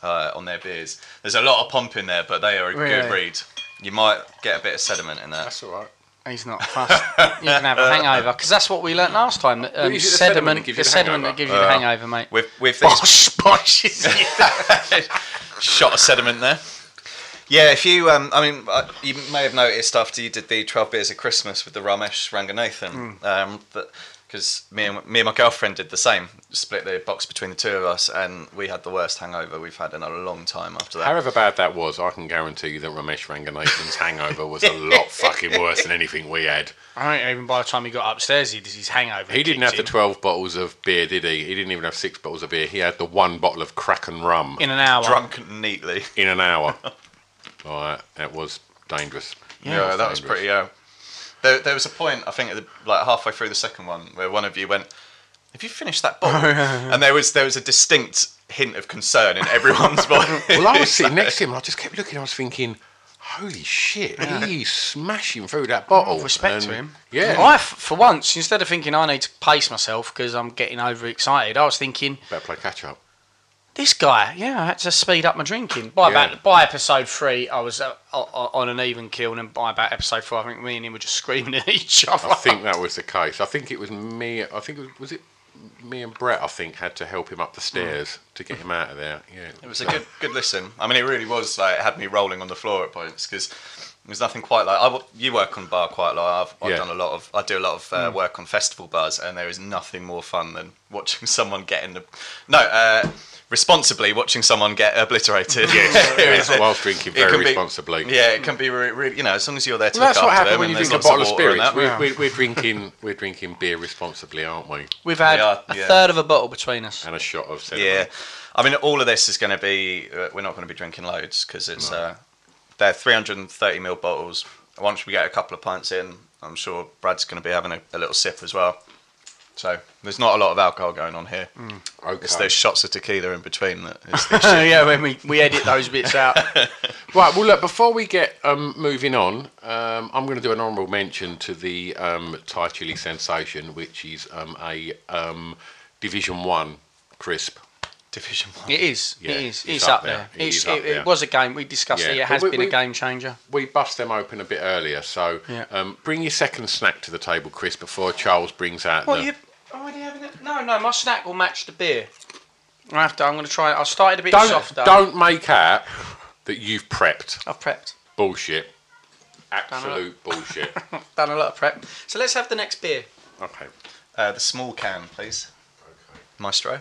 A: uh, on their beers. There's a lot of pomp in there, but they are a
E: Really?
A: good read. You might get a bit of sediment in there.
C: all right.
E: He's not fussed. you can have a hangover because that's what we learnt last time. That, um,
C: is it the
E: sediment,
C: sediment that gives
E: the
C: you the
E: sediment that
C: hangover? Uh,
E: gives you the hangover, mate.
A: With with these
E: Bosh, bosh, is it?
A: shot of sediment there. Yeah, if you, um, I mean, uh, you may have noticed after you did the 12 Beers of Christmas with the Ramesh Ranganathan,
E: Hmm.
A: because me, and, me and my girlfriend did the same, split the box between the two of us, and we had the worst hangover we've had in a long time after that.
C: However bad that was, I can guarantee you that Ramesh Ranganathan's hangover was a lot fucking worse than anything we had.
E: I think even by the time he got upstairs, he his hangover.
C: He didn't
E: kicked
C: have
E: in.
C: the 12 bottles of beer, did he? He didn't even have six bottles of beer. He had the one bottle of Kraken rum.
E: in an hour.
A: Drunk neatly.
C: in an hour. All right, that was dangerous.
A: Yeah, that was pretty. Uh, there, there was a point I think at the, like halfway through the second one where one of you went, "Have you finished that bottle?" and there was there was a distinct hint of concern in everyone's voice.
C: Well, I was sitting next to him, and I just kept looking. I was thinking, "Holy shit, he's smashing through that bottle."
E: Respect to
C: And-
E: him.
C: Yeah,
E: I, f- for once, instead of thinking I need to pace myself because I'm getting overexcited, I was thinking
C: better play catch up.
E: this guy. Yeah, I had to speed up my drinking. By
C: Yeah.
E: about by episode three, I was uh, o- o- on an even keel, and by about episode four, I think me and him were just screaming at each other.
C: I think that was the case. I think it was me. I think it was, was it me and Brett. I think had to help him up the stairs to get him out of there. Yeah,
A: Hmm. It was a good, good listen. I mean, it really was like it had me rolling on the floor at points because there's nothing quite like I. wo- You work on bar quite a lot. I've, I've
C: Yeah.
A: done a lot of. I do a lot of uh, work on festival bars, and there is nothing more fun than watching someone get in the. No, uh, responsibly watching someone get obliterated. Yes,
C: whilst drinking very responsibly.
A: yeah, it can be really, really. You know, as long as you're there to
C: Well,
A: look
C: that's what
A: after
C: happened
A: them
C: when you
A: and
C: drink a
A: there's lots
C: bottle of
A: water and
C: spirits.
A: that.
C: We're, we're, we're drinking, we're drinking beer responsibly, aren't we?
E: We've had
A: Yeah,
E: a
A: yeah.
E: third of a bottle between us.
C: And a shot of cinnamon.
A: Yeah, I mean, all of this is going to be. Uh, we're not going to be drinking loads because it's uh, they're 330 ml bottles. Once we get a couple of pints in, I'm sure Brad's going to be having a, a little sip as well. So there's not a lot of alcohol going on here.
C: Mm,
A: It's
C: Okay.
A: those shots of tequila in between that is the issue.
E: yeah, when we, we edit those bits out.
C: Right, well, look, before we get um, moving on, um, I'm going to do an honourable mention to the um, Thai chili sensation, which is um, a um, Division 1 crisp.
A: Division One.
E: It is.
C: Yeah,
E: it is. It's,
C: it's
E: up
C: up
E: there.
C: there. It
E: It's,
C: is up
E: it,
C: there.
E: it was a game. We discussed
C: Yeah,
E: it. It
C: but
E: has
C: we-
E: been a
C: we-
E: game changer.
C: We bust them open a bit earlier, so
E: Yeah.
C: um, bring your second snack to the table, Chris, before Charles brings out
E: What
C: the...
E: you already having it? No, no. My snack will match the beer. I have to. I'm going to try. it. I started a bit
C: Don't,
E: softer.
C: don't make out that you've prepped.
E: I've prepped.
C: Bullshit. Absolute bullshit.
E: Done a lot of prep. So let's have the next beer.
C: Okay.
A: Uh, the small can, please. Maestro.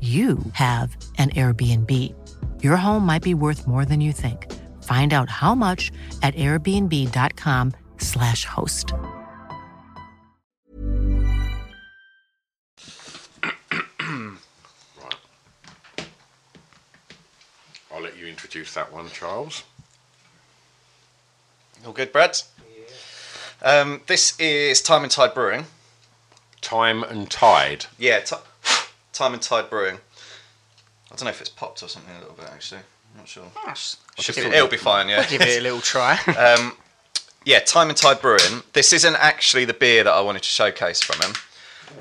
G: you have an Airbnb. Your home might be worth more than you think. Find out how much at airbnb.com/slash host.
H: I'll let you introduce that one, Charles.
A: All good, Brad? Um, this is Time and Tide Brewing.
H: Time and Tide?
A: Yeah, ti Time and Tide Brewing. I don't know if it's popped or something a little bit, actually. I'm not sure. Should be, it'll be fine, yeah.
C: Ah, I'll give it a little try.
A: um, yeah, Time and Tide Brewing. This isn't actually the beer that I wanted to showcase from them.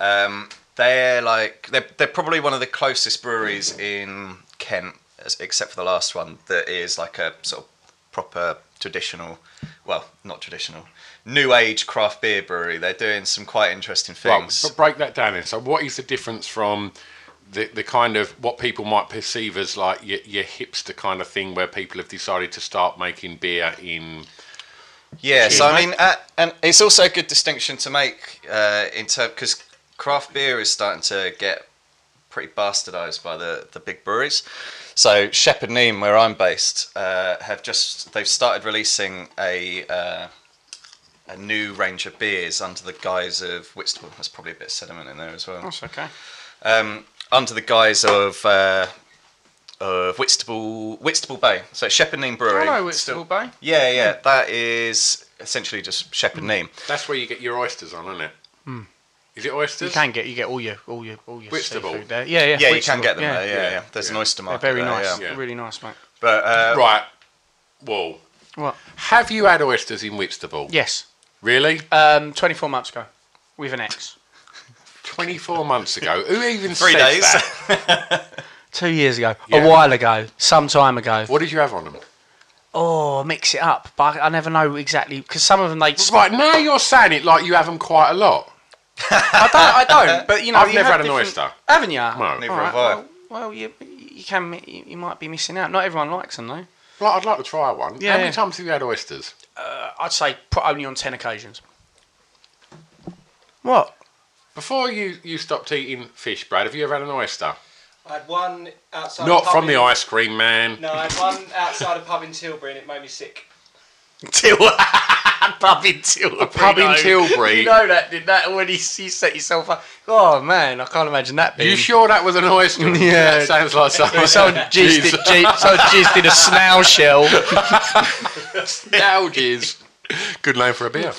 A: Um, they're like they're, they're probably one of the closest breweries in Kent, as- except for the last one that is like a sort of proper traditional, well, not traditional, new age craft beer brewery. They're doing some quite interesting things.
H: Well, but break that down then. So, what is the difference from the, the kind of what people might perceive as like your, your hipster kind of thing where people have decided to start making beer in.
A: Yeah, so
H: in-
A: I mean, uh, and it's also a good distinction to make uh, in terms because craft beer is starting to get pretty bastardized by the, the big breweries. So Shepherd Neame, where I'm based, uh, have just they've started releasing a uh, a new range of beers under the guise of Whitstable. There's probably a bit of sediment in there as well.
C: That's okay.
A: Um, under the guise of uh, of Whitstable Whitstable Bay. So Shepherd Neame Brewery.
C: Hello, Whitstable Bay.
A: Yeah, yeah, that is essentially just shepherd neame.
H: That's where you get your oysters on, isn't it?
C: Mm.
H: Is it oysters?
C: You can get you get all your all your all your
H: Whitstable.
C: seafood there. Yeah, yeah.
A: Yeah, you can
C: Whitstable,
A: get them there. Yeah, yeah. There's an oyster
C: They're
A: market.
C: very
A: there,
C: nice.
A: yeah.
C: Really nice, mate.
A: But uh,
H: right. Whoa.
C: What?
H: Have you had oysters in Whitstable?
C: Yes.
H: Really?
C: Um, 24 months ago, with an ex.
H: 24 months ago. Who even
C: Three
H: says
C: days.
H: that?
C: Two years ago,
H: Yeah.
C: a while ago, some time ago.
H: What did you have on them?
C: Oh, mix it up, but I never know exactly because some of them they.
H: Right now, you're saying it like you have them quite a lot.
C: I don't. I don't. But you know,
H: I've
C: you
H: never had
C: have
H: an
C: different-
H: oyster.
C: Haven't you?
H: No. Neither have I.
C: Well, well, you you can mi- you, you might be missing out. Not everyone likes them though.
H: Like, I'd like to try one.
C: Yeah,
H: How many
C: yeah.
H: times have you had oysters?
C: Uh, I'd say pro- only on ten occasions. What?
H: Before you, you stopped eating fish, Brad, have you ever had an oyster?
B: I had one outside. a
H: Not
B: pub
H: from the
B: in-
H: ice cream man.
B: No, I had one outside a pub in Tilbury, and it made me sick.
C: Tilbury. pub in Tilbury. A
H: pub in Tilbury.
C: you know that did that when he, he set yourself up. Oh man, I can't imagine that. Being.
H: You sure that was an oyster?
C: Yeah,
H: That sounds like something.
C: Someone jizzed, it, jizzed, someone jizzed in a snail shell.
H: snail jizz. Good name for a beer.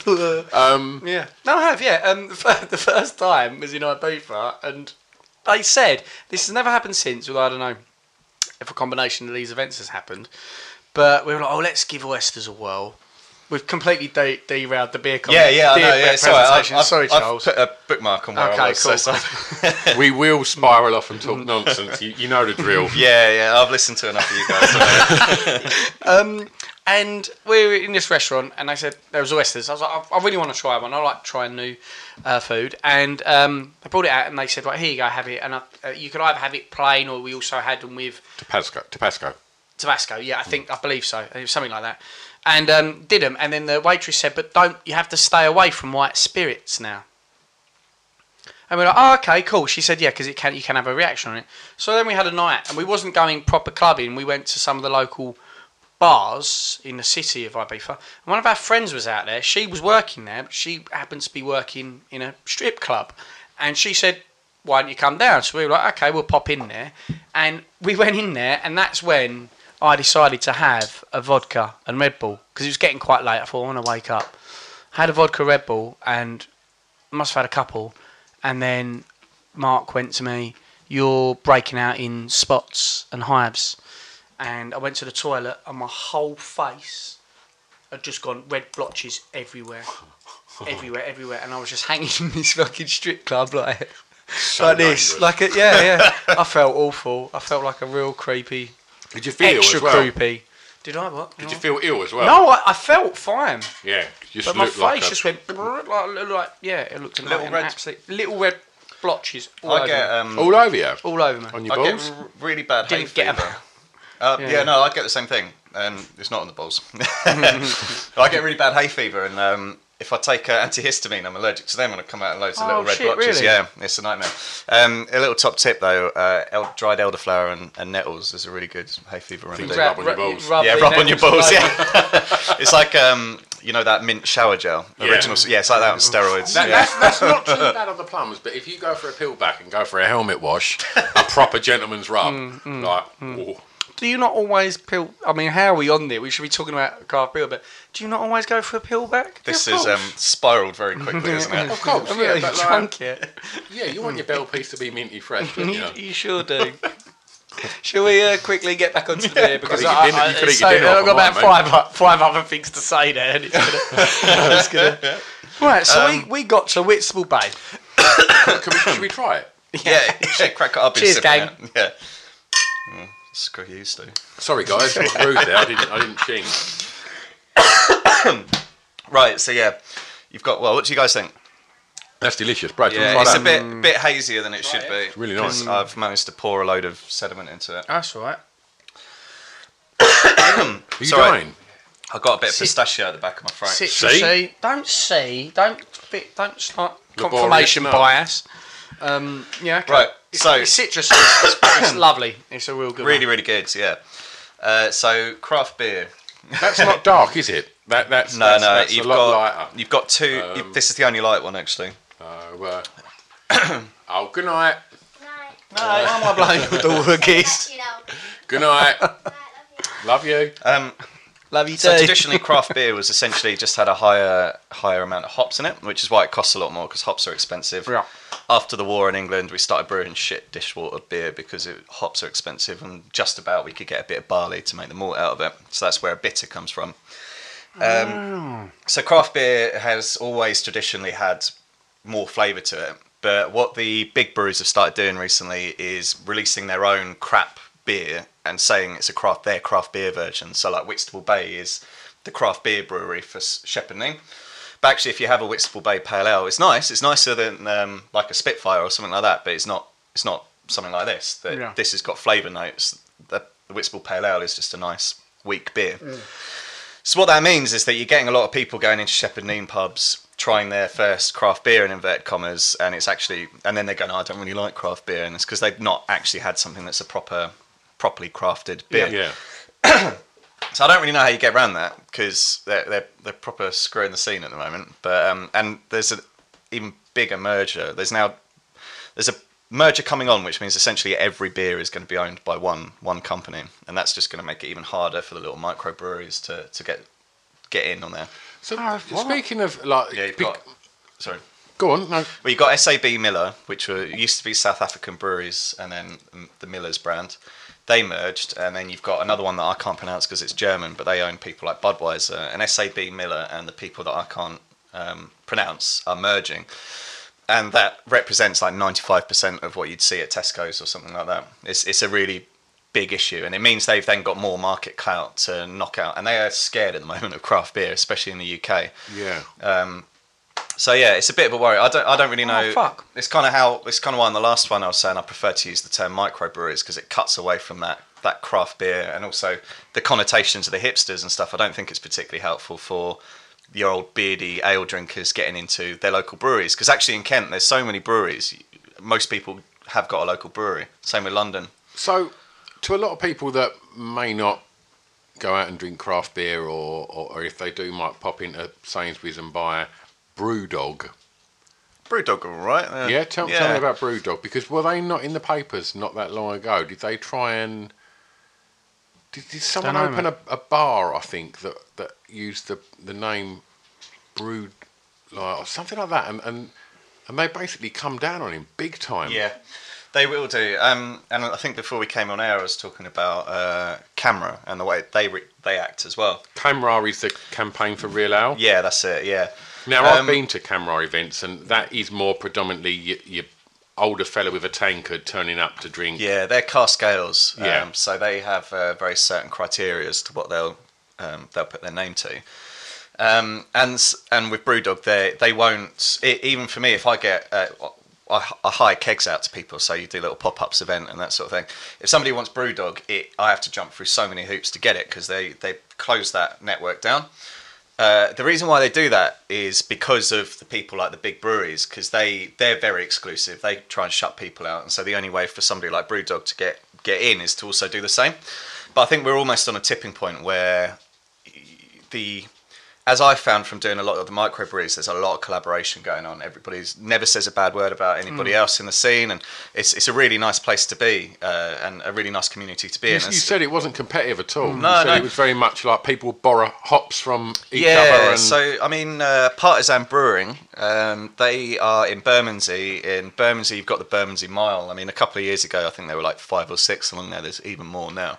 H: Um,
C: yeah. No, I have. Yeah. Um, the, fir- the first time was in Ibiza, and they said this has never happened since. Although I don't know if a combination of these events has happened, but we were like, oh, let's give oysters a whirl. We've completely de- derailed the beer. con-
A: Yeah, yeah, I
C: beer
A: know. Yeah,
C: pre-
A: sorry, I,
C: presentation.
A: I've,
C: sorry,
A: I've
C: Charles.
A: put a bookmark on where
C: Okay,
A: I was. so
C: cool.
A: sorry.
H: we will spiral off and talk nonsense. You, you know the drill.
A: yeah, yeah. I've listened to enough of you guys.
C: Um, and we were in this restaurant, and they said there was oysters. I was like, I, I really want to try one. I like trying new uh, food. And um, I brought it out, and they said, right, here you go, have it. And I, uh, you could either have it plain, or we also had them with
H: Tabasco. Tabasco.
C: Tabasco. Yeah, I think I believe so. It was something like that. And um, did them, and then the waitress said, "But don't you have to stay away from white spirits now?" And we're like, "Oh, okay, cool." She said, "Yeah, because it can you can have a reaction on it." So then we had a night, and we wasn't going proper clubbing. We went to some of the local bars in the city of Ibiza. And one of our friends was out there. She was working there, but she happened to be working in a strip club. And she said, Why don't you come down? So we were like, Okay, we'll pop in there. And we went in there, and that's when I decided to have a vodka and Red Bull because it was getting quite late. I thought, I want to wake up. Had a vodka Red Bull and must have had a couple. And then Mark went to me, You're breaking out in spots and hives and I went to the toilet and my whole face had just gone red blotches everywhere. Everywhere, everywhere, and I was just hanging in this fucking strip club like
E: like this, like a, yeah, yeah. I felt awful. I felt like a real creepy.
C: Did you feel ill
E: extra
C: as well?
E: creepy? Did I what?
C: Did you feel ill as well?
E: No, I, I felt fine.
C: Yeah, you just
E: but my
C: looked
E: face
C: like a-
E: just went brrr, like, looked like yeah, it looked like
A: Little
E: an
A: red-
E: absolute- little red blotches. All
A: I
E: over
A: get,
E: me.
A: um, All over you?
E: All over me.
A: On your I get balls? r- really bad hay
E: Didn't get 'em.
A: fever. Uh,
E: Yeah.
A: yeah. no, I get the same thing, and it's not on the balls. I get really bad hay fever, and um, if I take uh, antihistamine, I'm allergic to them, and I come out in loads of
E: Oh,
A: little red
E: shit,
A: blotches.
E: really?
A: Yeah, it's a nightmare. Um, a little top tip though: uh, el- dried elderflower and, and nettles is a really good hay fever remedy.
E: you rub- rub- you rub
A: yeah,
E: the
A: rub on your
E: nettles
A: balls.
E: over.
A: Yeah, it's like um, you know that mint shower gel,
C: Yeah.
A: original. Yeah, it's like that on steroids.
C: That,
A: yeah.
C: that's, that's not too bad on the plums, but if you go for a peel back and go for a helmet wash, a proper gentleman's rub, like, oh,
E: Mm, Do you not always peel? I mean, how are we on there? We should be talking about craft beer, but do you not always go for a peel back?
A: This
E: Of
A: is um,
E: course.
A: spiraled very quickly, isn't it?
E: Of course,
C: I'm
E: yeah,
C: really
E: but like-
C: drunk
E: yet.
C: yeah, you want your bell piece to be minty fresh, don't you?
E: you, you sure do. Shall we uh, quickly get back onto the beer because
C: Gotta eat
E: I, I,
C: dinner- you gotta
E: it's
C: eat
E: so, uh,
C: your
E: I've
C: dinner
E: got
C: off
E: about
C: the line,
E: five, o- five other things to say there. And it's gonna, it's gonna- right, so we, we got to Whitstable Bay.
C: Can we, should we try it?
A: Yeah, yeah, crack it up. and
E: Cheers,
A: sip it
E: gang.
A: out. Yeah. Mm, Screw you, Stu.
C: Sorry, guys, I was rude there. I didn't, I didn't ching.
A: Right, so yeah, you've got. Well, what do you guys think?
C: That's delicious, bro.
A: Yeah, it's a bit bit hazier than it should be.
C: really nice.
A: 'cause I've managed to pour a load of sediment into it.
E: That's right.
C: Are you
A: It's all right.
C: dying?
A: I got a bit of
E: Sit-
A: pistachio at the back of my throat.
E: Sit,
C: See?
E: see? Don't see. Don't fi- don't start
C: Laborious
E: confirmation
C: enough.
E: bias. Um, yeah. okay.
A: Right,
E: It's,
A: so-
E: it's citrus. It's, it's lovely. It's a real good.
A: Really,
E: one.
A: really good. Yeah. Uh, so craft beer.
C: That's not dark, is it? That, that's,
A: No,
C: that's,
A: no,
C: that's
A: you've
C: a lot
A: got
C: lighter.
A: you've got two. you- this is the only light one actually.
C: So, uh, oh, good night.
E: Why am I blaming with all the geese?
C: Good night. Love you.
A: Um,
E: Love you
A: So
E: too.
A: traditionally, craft beer was essentially just had a higher higher amount of hops in it, which is why it costs a lot more because hops are expensive.
E: Yeah.
A: After the war in England, we started brewing shit dishwater beer because it, hops are expensive, and just about we could get a bit of barley to make the malt out of it. So that's where a bitter comes from. Um, so craft beer has always traditionally had more flavour to it. But what the big breweries have started doing recently is releasing their own crap beer and saying it's a craft their craft beer version. So like Whitstable Bay is the craft beer brewery for S- Shepparton. But actually, if you have a Whitstable Bay Pale Ale, it's nice. It's nicer than um, like a Spitfire or something like that. But it's not. It's not something like this. That
E: Yeah.
A: this has got flavour notes. The, the Whitstable Pale Ale is just a nice weak beer. So what that means is that you're getting a lot of people going into Shepherd Neen pubs trying their first craft beer in inverted commas, and it's actually, and then they're going, "Oh, I don't really like craft beer, and it's because they've not actually had something that's a proper, properly crafted beer.
C: Yeah.
A: So I don't really know how you get around that because they're, they're they're proper screwing the scene at the moment. But um, and there's an even bigger merger. There's now there's a merger coming on, which means essentially every beer is going to be owned by one one company, and that's just going to make it even harder for the little microbreweries to to get get in on there.
C: So,
E: Ah,
C: uh, speaking of, like,
A: Yeah, you've
C: pic-
A: got sorry.
C: go on. No,
A: Well, you got SAB Miller, which were used to be South African Breweries, and then mm, the Miller's brand. They merged, and then you've got another one that I can't pronounce because it's German, but they own people like Budweiser and SAB Miller, and the people that I can't um, pronounce are merging, and that represents like ninety five percent of what you'd see at Tesco's or something like that. It's it's a really big issue, and it means they've then got more market clout to knock out, and they are scared at the moment of craft beer, especially in the UK.
C: Yeah.
A: So yeah, it's a bit of a worry. I don't, I don't really
E: Oh,
A: know.
E: fuck.
A: It's kind of how it's kind of why in the last one I was saying I prefer to use the term microbreweries because it cuts away from that that craft beer and also the connotations of the hipsters and stuff. I don't think it's particularly helpful for the old beardy ale drinkers getting into their local breweries because actually in Kent there's so many breweries. Most people have got a local brewery. Same with London.
C: So, to a lot of people that may not go out and drink craft beer, or, or, or if they do, might pop into Sainsbury's and buy Brewdog.
A: Brewdog, all right? Uh,
C: yeah, tell, tell me about Brewdog because were they not in the papers not that long ago? Did they try and did, did someone
E: Dunno,
C: open a, a bar? I think that that used the the name Brew like, or something like that, and and and they basically come down on him big time.
A: Yeah, they will do. Um, and I think before we came on air, I was talking about uh, camera and the way they re- they act as well.
C: Camrar is the campaign for Real Ale.
A: Yeah, that's it. Yeah,
C: Now I've
A: Um,
C: been to Camera events, and that is more predominantly your, your older fella with a tankard turning up to drink.
A: Yeah, they're car scales.
C: Yeah.
A: Um, so they have uh, very certain criteria as to what they'll um, they'll put their name to. Um, and s- and with BrewDog, they they won't e even for me if I get. Uh, I, I hire kegs out to people, so you do little pop-ups event and that sort of thing. If somebody wants BrewDog, it I have to jump through so many hoops to get it because they they close that network down. Uh, the reason why they do that is because of the people like the big breweries, because they they're very exclusive. They try and shut people out, and so the only way for somebody like BrewDog to get get in is to also do the same. But I think we're almost on a tipping point where the as I found from doing a lot of the microbreweries, there's a lot of collaboration going on. Everybody's never says a bad word about anybody
E: Mm.
A: else in the scene, and it's it's a really nice place to be uh, and a really nice community to be
C: You,
A: in.
C: you
A: It's-
C: said it wasn't competitive at all.
A: No,
C: you said
A: no.
C: It was very much like people would borrow hops from each
A: yeah,
C: other. And
A: so I mean, uh, Partisan Brewing, um, they are in Bermondsey. In Bermondsey, you've got the Bermondsey Mile. I mean, a couple of years ago, I think there were like five or six along there. There's even more now.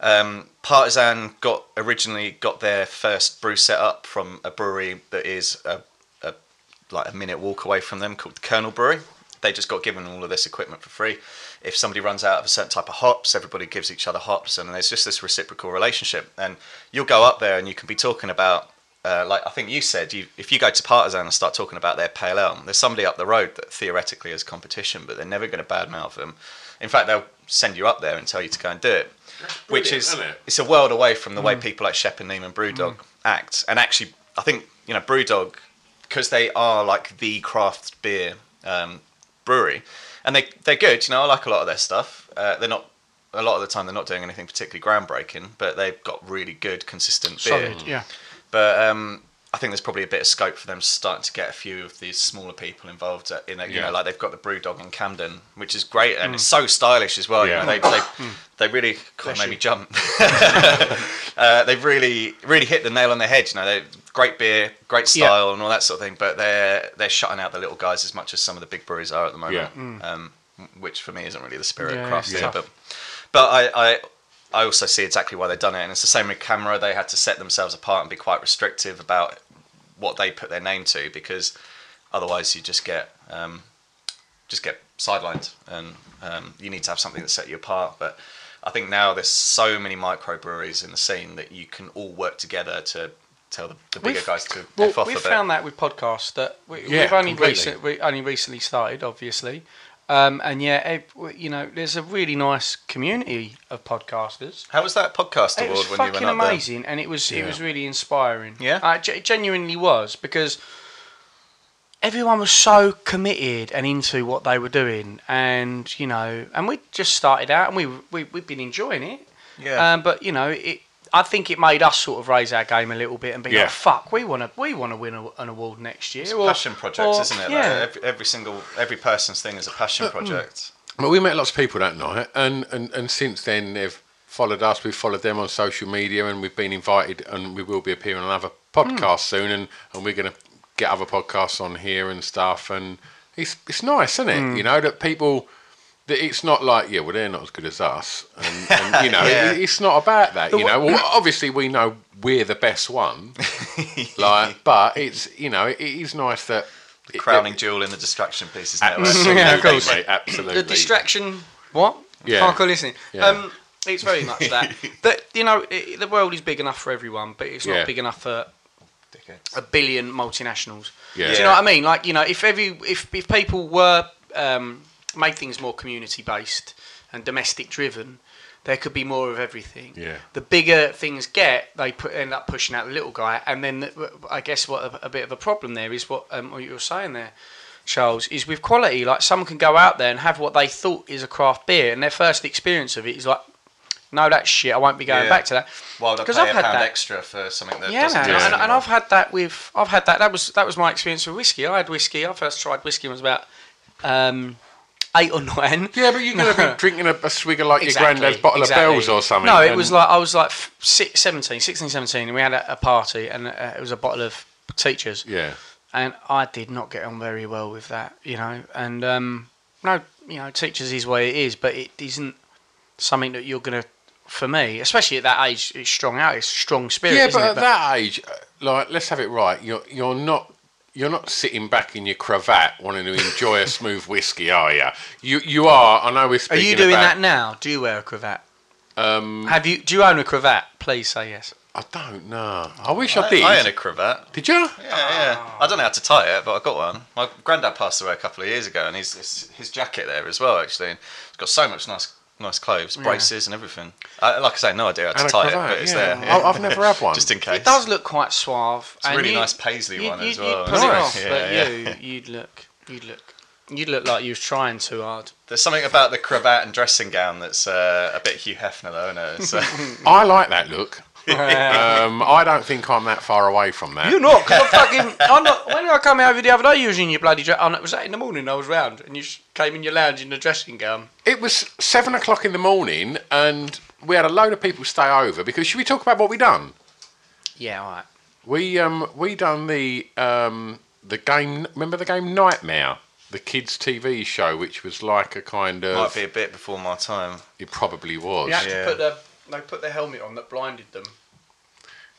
A: Um, Partisan got originally got their first brew set up from a brewery that is a, a like a minute walk away from them called the Colonel Brewery. They just got given all of this equipment for free. If somebody runs out of a certain type of hops, everybody gives each other hops, and there's just this reciprocal relationship. And you'll go up there and you can be talking about, uh, like I think you said, you, if you go to Partisan and start talking about their pale ale, there's somebody up the road that theoretically is competition, but they're never going to badmouth them. In fact, they'll send you up there and tell you to go and do it, which
C: brilliant,
A: is
C: isn't it?
A: it's a world away from the way
C: Mm.
A: people like Shep and Neiman Brewdog act. And actually, I think you know Brewdog because they are like the craft beer um, brewery, and they they're good. You know, I like a lot of their stuff. Uh, they're not a lot of the time they're not doing anything particularly groundbreaking, but they've got really good, consistent beer.
E: Solid, yeah.
A: But um, I think there's probably a bit of scope for them starting to get a few of these smaller people involved. uh, In it, you
E: Yeah.
A: know, like they've got the Brewdog in Camden, which is great, and
E: Mm.
A: it's so stylish as well.
E: Yeah.
A: You know, they, they,
E: Mm.
A: they really God,
E: Bless
A: made
E: you.
A: me jump. uh, they've really really hit the nail on the head. You know, they great beer, great
E: Yeah.
A: style, and all that sort of thing. But they're they're shutting out the little guys as much as some of the big breweries are at the moment.
E: Yeah. Mm.
A: Um, which for me isn't really the spirit
E: Yeah,
A: of craft
E: it's
A: beer,
E: tough.
A: but but I. I I also see exactly why they've done it, and it's the same with Camera. They had to set themselves apart and be quite restrictive about what they put their name to, because otherwise you just get um, just get sidelined and um, you need to have something that set you apart but i think now there's so many microbreweries in the scene that you can all work together to tell the, the bigger
E: We've-
A: guys to
E: Well,
A: f off a
E: we've
A: bit
E: found that with podcasts that we,
A: Yeah,
E: we've only
A: completely.
E: recent, we only recently started, obviously, um, and yeah, ev- w- you know, there's a really nice community of podcasters.
A: how was that podcast
E: It was
A: award when you
E: fucking
A: went up there?
E: amazing, and it was it
A: Yeah.
E: was really inspiring.
A: Yeah?
E: Uh, ge- it genuinely was because everyone was so committed and into what they were doing, and you know, and we just started out, and we we we've been enjoying it.
A: Yeah.
E: Um, but you know, it. I think it made us sort of raise our game a little bit and be
A: Yeah.
E: like, "Fuck, we want to, we want to win a, an award next year."
A: it's
E: or-
A: passion projects
E: or-
A: isn't it
E: Yeah.
A: Like, every, every single every person's thing is a passion
E: mm,
A: project
C: Well, we met lots of people that night, and, and, and since then they've followed us. We've followed them on social media, and we've been invited, and we will be appearing on other
E: Hmm.
C: podcasts soon, and, and we're going to get other podcasts on here and stuff. And it's it's nice, isn't it?
E: Mm.
C: You know that people that it's not like yeah, well they're not as good as us, and, and you know
E: Yeah.
C: it, it's not about that.
E: The
C: You
E: wha-
C: know, well, obviously we know we're the best one, like, but it's you know it is nice that.
A: the crowning jewel in the distraction piece is network.
C: Absolutely, mate, absolutely.
E: The distraction. What?
C: Yeah.
E: Can't call listening.
C: Yeah.
E: Um, it's very much that. that you know, it, the world is big enough for everyone, but it's
C: Yeah.
E: not big enough for a billion multinationals.
C: Yeah.
E: Do you know what I mean? Like you know, if every if if people were um, made things more community based and domestic driven. There could be more of everything.
C: Yeah.
E: The bigger things get, they put, end up pushing out the little guy, and then the, I guess what a, a bit of a problem there is what um, what you were saying there. Charles, is with quality. Like someone can go out there and have what they thought is a craft beer, and their first experience of it is like, no, that's shit. I won't be going
A: Yeah.
E: back to that.
A: why would i
E: 'Cause
A: pay
E: I've
A: a
E: had
A: pound
E: that.
A: extra for something that
E: Yeah,
A: doesn't
E: man.
A: exist
E: And, and
A: anymore?
E: I've had that with I've had that. That was that was my experience with whiskey. I had whiskey. I first tried whiskey when I was about um, eight or nine.
C: Yeah, but you're going to be drinking a, a swig of like your granddad's bottle
E: exactly.
C: of bells or something.
E: No, it
C: and-
E: was like I was like f- six, 17, 16, 17, and we had a, a party, and uh, it was a bottle of teachers.
C: Yeah.
E: And I did not get on very well with that, you know. And um, no, you know, teachers is what it is, but it isn't something that you're gonna. For me, especially at that age, it's strong out. It's strong spirit.
C: yeah,
E: isn't
C: but
E: it?
C: at that age, uh, like let's have it right. You're you're not you're not sitting back in your cravat wanting to enjoy a smooth whiskey, are you? You you are. I know we're
E: Are
C: speaking.
E: you doing
C: about-
E: that now? Do you wear a cravat?
C: Um,
E: Have you? Do you own a cravat? Please say yes.
C: I don't know. I wish I, did.
A: I own a cravat.
C: Did you?
A: Yeah, yeah.
E: Ah.
A: I don't know how to tie it, but I got one. My granddad passed away a couple of years ago, and his his, his jacket there as well. Actually, and it's got so much nice nice clothes,
E: Yeah.
A: braces, and everything. I, like I say, no idea how to
E: And a
A: tie
E: cravat,
A: it, but it's
E: yeah.
A: there.
E: I- I've never had one.
A: Just in case.
E: It does look quite suave.
A: It's a
E: and
A: really
E: you-
A: nice paisley
E: you'd-
A: one
E: you'd-
A: as well.
E: You'd pull it
A: Nice.
E: off,
A: Yeah,
E: but
A: yeah.
E: you, you'd look, you'd look, you'd look like you was trying too hard.
A: There's something about the cravat and dressing gown that's uh, a bit Hugh Hefner, though, isn't it? It's, uh,
C: I like that look. um, I don't think I'm that far away from that.
E: You're not, 'cause I fucking. I'm not. When I come over the other day, you was in your bloody dress. Oh, no, was that in the morning? I was round, and you sh- came in your lounge in the dressing gown.
C: It was seven o'clock in the morning, and we had a load of people stay over because should we talk about what we done?
E: Yeah, all right.
C: We um we done the um the game. Remember the game Nightmare, the kids' TV show, which was like a kind of
A: Might be a bit before my time.
C: It probably was.
E: They had to put the they put the helmet on that blinded them.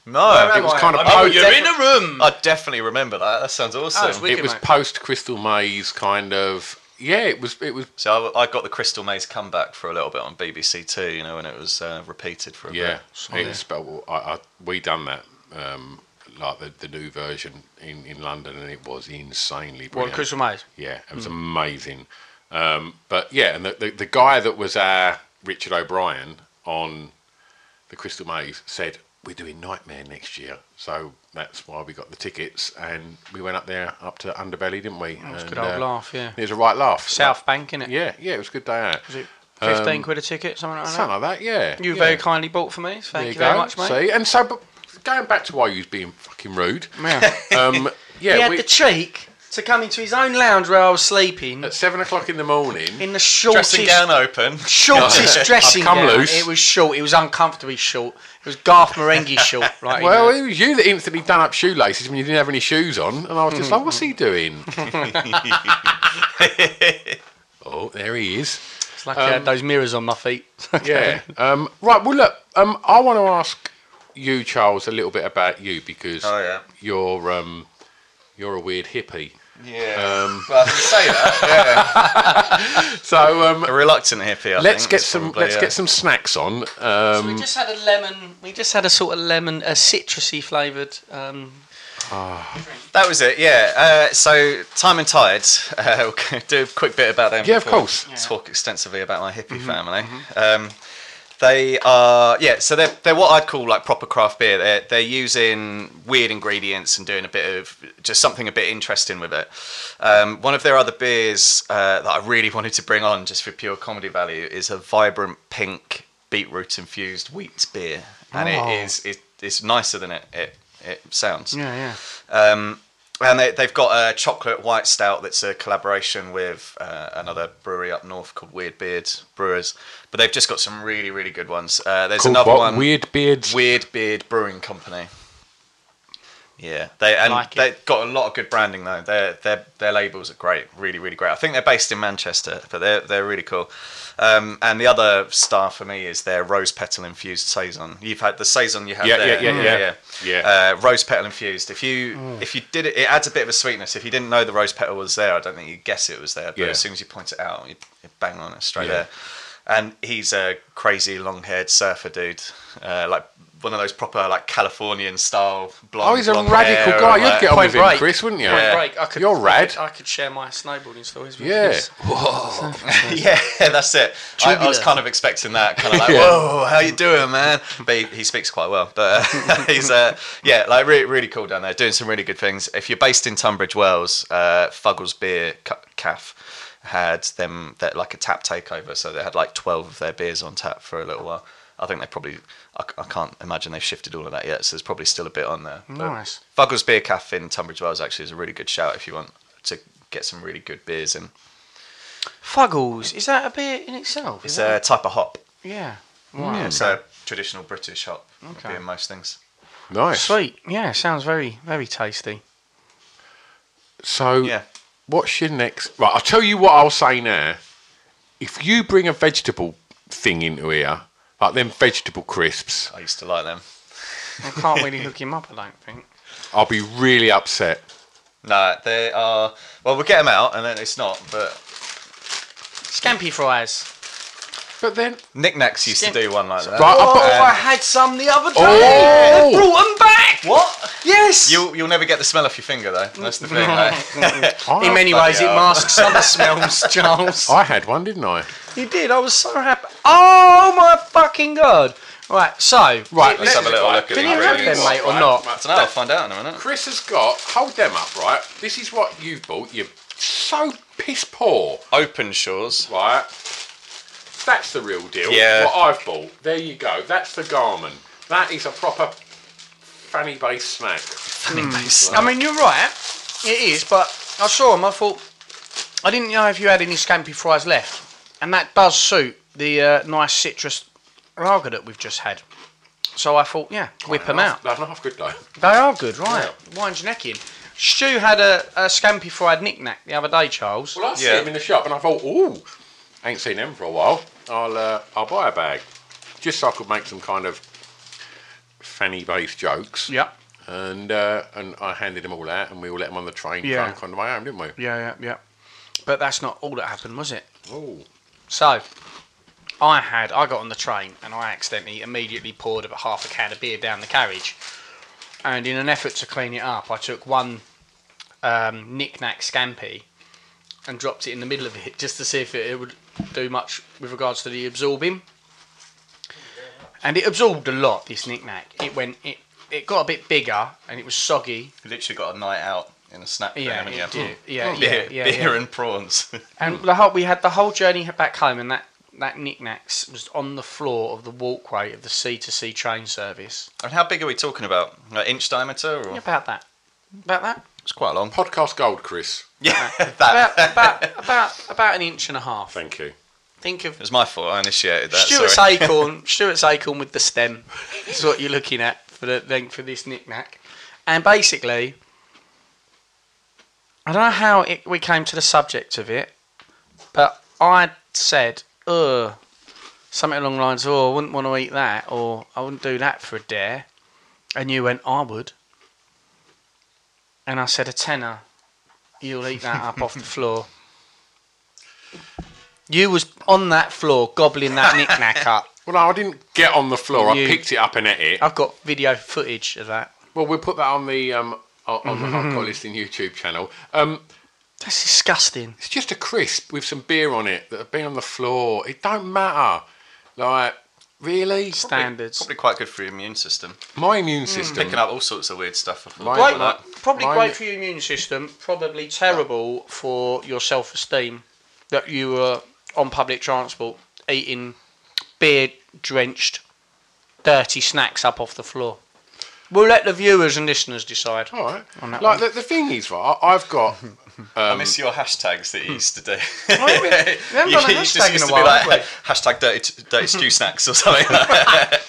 A: No,
C: Where it am was I? kind of
A: I
C: post-
A: defi-
C: You're in a
E: room. Oh,
A: I definitely remember that. That sounds awesome.
C: Um, it was post Crystal Maze kind of. Yeah, it was. It was.
A: So I, I got the Crystal Maze comeback for a little bit on BBC Two, you know, when it was uh, repeated for a
C: Yeah,
A: bit.
C: it was. but I, I, we done that. Um, like the, the new version in, in London, and it was insanely brilliant.
E: Crystal Maze?
C: Yeah, it was
E: Mm.
C: amazing. Um, but yeah, and the, the the guy that was our Richard O'Brien on the Crystal Maze said we're doing Nightmare next year, so that's why we got the tickets, and we went up there up to Underbelly, didn't we?
E: It was a
C: And,
E: good old
C: uh,
E: laugh. Yeah.
C: It was a right laugh.
E: South Bank, innit?
C: Yeah, yeah, it was a good day out.
E: Was it
C: Um,
E: fifteen quid a ticket? Something like that.
C: something like that, yeah,
E: You
C: yeah.
E: very kindly bought for me. Thank you,
C: go.
E: very much, mate.
C: See, and so but going back to why you was being fucking rude.
E: Yeah.
C: um, yeah.
E: he had
C: we-
E: the cheek to come into his own lounge where I was sleeping at
C: seven o'clock in the morning
E: in the shortest
A: Dressing gown open.
E: Shortest
A: I've
E: dressing
A: come
E: gown.
A: loose.
E: It was short. It was uncomfortably short. It was Garth Marenghi short. Right.
C: well, it was you that instantly done up shoelaces when you didn't have any shoes on, and I was just like, "What's he doing?" oh, there he is. Um,
E: It's like I had those mirrors on my feet.
C: yeah. Um, right. Well, look. Um, I want to ask you, Charles, a little bit about you because
A: Oh, yeah.
C: you're um, you're a weird hippie.
A: Yeah.
C: Um,
A: Well, you say that. Yeah.
C: so um,
A: a reluctant hippie. I
C: let's
A: think,
C: get
A: is
C: some
A: probably,
C: let's
A: uh,
C: get some snacks on. Um,
E: we just had a lemon. We just had a sort of lemon, a citrusy flavored. Um,
A: That was it, yeah. Uh, so, Time and Tides, uh, we'll do a quick bit about them.
C: Yeah, of
A: before we
C: course.
A: Talk extensively about my hippie
C: Mhm,
A: family. Um, they are, yeah, so they're, they're what I'd call like proper craft beer. They're, they're using weird ingredients and doing a bit of just something a bit interesting with it. Um, one of their other beers uh, that I really wanted to bring on just for pure comedy value is a vibrant pink beetroot infused wheat beer. And
E: Oh.
A: it is, it, it's nicer than it, it, it sounds.
E: yeah, yeah.
A: Um, and they, they've got a chocolate white stout that's a collaboration with uh, another brewery up north called Weird Beard Brewers. But they've just got some really, really good ones. Uh, there's
C: Called
A: another
C: what?
A: one.
C: Weird Beards.
A: Weird Beard Brewing Company. Yeah, they and
E: Like
A: they've got a lot of good branding though. Their their their labels are great, really, really great. I think they're based in Manchester, but they're they're really cool. Um, and the other star for me is their rose petal infused saison. You've had the saison you had
C: Yeah,
A: there.
C: yeah, yeah, yeah.
A: yeah. Uh, rose petal infused. If you
C: Mm.
A: if you did it, it adds a bit of a sweetness. If you didn't know the rose petal was there, I don't think you'd guess it was there. But
C: Yeah.
A: as soon as you point it out, you, you bang on it straight
C: Yeah.
A: there. And he's a crazy long-haired surfer dude, uh, like one of those proper like Californian style blonde.
C: Oh, he's a
A: blonde
C: radical
A: hair
C: guy.
A: and,
C: You'd
A: like-
C: get on with him, Chris, wouldn't you?
E: Point
C: Yeah.
E: Break. I could,
C: You're
E: I
C: rad.
E: could, I could share my snowboarding stories with
C: Yeah.
E: you.
C: Whoa.
A: yeah, that's it. I, I was
E: Tubular.
A: kind of expecting that, kind of like,
E: Yeah.
A: whoa, how you doing, man? But he, he speaks quite well. But uh, he's, uh, yeah, like really, really cool down there, doing some really good things. If you're based in Tunbridge Wells, uh, Fuggles Beer Ca- Caff had them that like a tap takeover, so they had like 12 of their beers on tap for a little while. I think they probably, I, c- I can't imagine they've shifted all of that yet, so there's probably still a bit on there. But
E: Nice.
A: Fuggles Beer Caff in Tunbridge Wells actually is a really good shout if you want to get some really good beers in.
E: Fuggles. Is that a beer in itself? Is
A: It's
E: that-
A: a type of hop.
E: Yeah.
A: Yeah,
E: Wow.
A: It's a traditional British hop. would
E: Um, Okay.
A: Be in most things.
C: Nice.
E: Sweet. Yeah. Sounds very, very tasty.
C: So, what's your next? Right, I'll tell you what I'll say now. If you bring a vegetable thing into here, like them vegetable crisps,
A: I used to like them.
E: I can't really hook him up. I don't think.
C: I'll be really upset.
A: No, they are. Well, we'll get them out, and then it's not. But
E: scampi fries.
C: But then
A: knickknacks used to do one like that.
E: Right, I bought-
A: And-
E: Oh, I had some the other day.
A: Oh!
E: They brought 'em back.
A: What?
E: Yes.
A: You'll you'll never get the smell off your finger though. That's the thing. eh?
E: In many
A: Bloody
E: ways, it
A: hell.
E: masks other smells, Charles.
C: I had one, didn't I?
E: You did. I was so happy. Oh my fucking god! Right, so
C: Right,
A: let's have a little look at
E: Did
A: the
E: you have them,
A: ingredients.
E: mate, or
A: Right.
E: not?
A: I don't know. I'll find out in a minute.
C: Chris has got. Hold them up, right? This is what you've bought. You're so piss poor.
A: Open Shores.
C: Right. That's the real deal.
A: Yeah.
C: What I've bought. There you go. That's the Garmin. That is a proper fanny base snack. Fanny
A: base.
E: Mm. I mean, you're right. It is, but I saw them. I thought I didn't know if you had any scampi fries left, and that does suit the uh, nice citrus lager that we've just had. So I thought, yeah, whip them out.
C: They're not half good though.
E: They are good, right? Wine's necking. Stu had a, a scampi fried knick-knack the other day, Charles.
C: Well, I see them in the shop, and I thought, ooh, ain't seen them for a while. I'll uh, I'll buy a bag, just so I could make some kind of fanny-based jokes.
E: Yeah.
C: And uh, and I handed them all out, and we all let them on the train
E: Yeah.
C: trunk onto my arm, didn't we?
E: Yeah, yeah, yeah. But that's not all that happened, was it?
C: Oh.
E: So, I had, I got on the train and I accidentally immediately poured about half a can of beer down the carriage. And in an effort to clean it up, I took one um, knick-knack scampi and dropped it in the middle of it just to see if it, it would do much with regards to the absorbing. And it absorbed a lot, this knick-knack. It went, it, it got a bit bigger and it was soggy.
A: You literally got a night out in a snack. then,
E: Yeah,
A: haven't
E: it
A: you?
E: did. Yeah, yeah,
A: beer,
E: yeah,
A: beer
E: yeah.
A: and prawns.
E: And the whole, we had the whole journey back home, and that that knickknacks was on the floor of the walkway of the C to C train service.
A: and how big are we talking about? Like inch diameter or?
E: About that, about that,
A: It's quite long.
C: Podcast gold, Chris.
A: Yeah, that.
E: about about about about an inch and a half.
C: Thank you.
E: Think of
A: It was my fault. I initiated that.
E: Stuart's
A: sorry.
E: acorn, Stuart's acorn with the stem. Is what you're looking at for the length of this knickknack, and basically, I don't know how it, we came to the subject of it, but I said, "Ugh," something along the lines, of, "Oh, I wouldn't want to eat that," or "I wouldn't do that for a dare," and you went, "I would," and I said, "A tenner, you'll eat that up off the floor." You was on that floor gobbling that knick-knack up.
C: Well, no, I didn't get on the floor.
E: You-
C: I picked it up and ate it.
E: I've got video footage of that.
C: Well, we'll put that on the um on on the hardcore listing YouTube channel. Um,
E: That's disgusting.
C: it's just a crisp with some beer on it that have been on the floor. It don't matter. Like really,
E: Standards.
A: Probably quite good for your immune system.
C: my immune system.
A: Picking up all sorts of weird stuff. off the
C: Mine-
A: floor
E: Hmm. Great,
A: like that.
E: probably
C: mine-
E: great for your immune system. Probably terrible for your self-esteem that you were on public transport eating beer-drenched, dirty snacks up off the floor. We'll let the viewers and listeners decide.
C: All right.
E: On that
C: Like
E: one.
C: the, the thing is, right? I- I've got.
A: I miss your hashtags that you used to do.
E: haven't- we haven't
A: you
E: done a
A: used
E: hashtag
A: to,
E: in
A: used
E: a
A: to
E: while,
A: be like
E: have we? Um,
A: hashtag dirty, dirty stew snacks or something. Like that.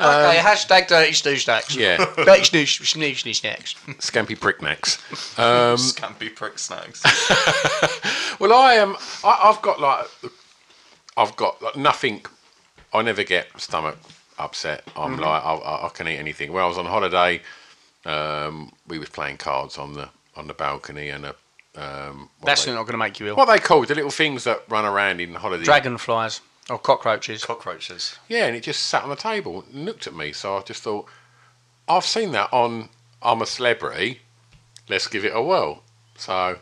E: okay, hashtag dirty stew snacks.
C: Yeah.
E: dirty stew snoo snoo snacks.
C: Scampy prick necks. Um,
A: Scampy prick snacks.
C: well, I am. I, I've got like, I've got like, nothing. I never get stomach upset. I'm
E: Mm-hmm.
C: like, I, I, I can eat anything. When I was on holiday, um, we was playing cards on the on the balcony and a. Um, what
E: That's
C: they,
E: not going to make you ill.
C: what they called the little things that run around in holiday.
E: Dragonflies or cockroaches.
A: Cockroaches.
C: Yeah, and it just sat on the table and looked at me. So I just thought, I've seen that on I'm a Celebrity. Let's give it a whirl. So,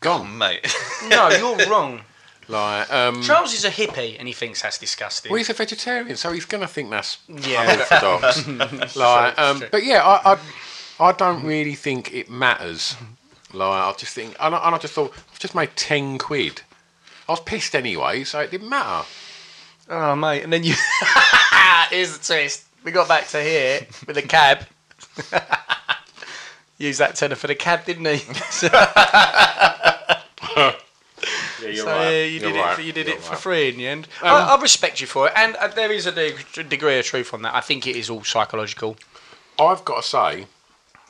C: gone.
A: Mate.
E: no, you're wrong.
C: Like, um,
E: Charles is a hippie and he thinks that's disgusting.
C: well, he's a vegetarian, so he's going to think that's
E: Yeah.
C: unorthodox. like, um, but yeah, I, I, I don't really think it matters. Like, I just think, and I, and I just thought, I've just made 10 quid. I was pissed anyway, so it didn't matter.
E: Oh mate, and then you here's the twist. We got back to here with a cab. Use that tenner for the cab, didn't he? so
C: Yeah, you're
E: yeah, you did it. For, you did it for free in the end. I, I respect you for it, and uh, there is a de- degree of truth on that. I think it is all psychological.
C: I've got to say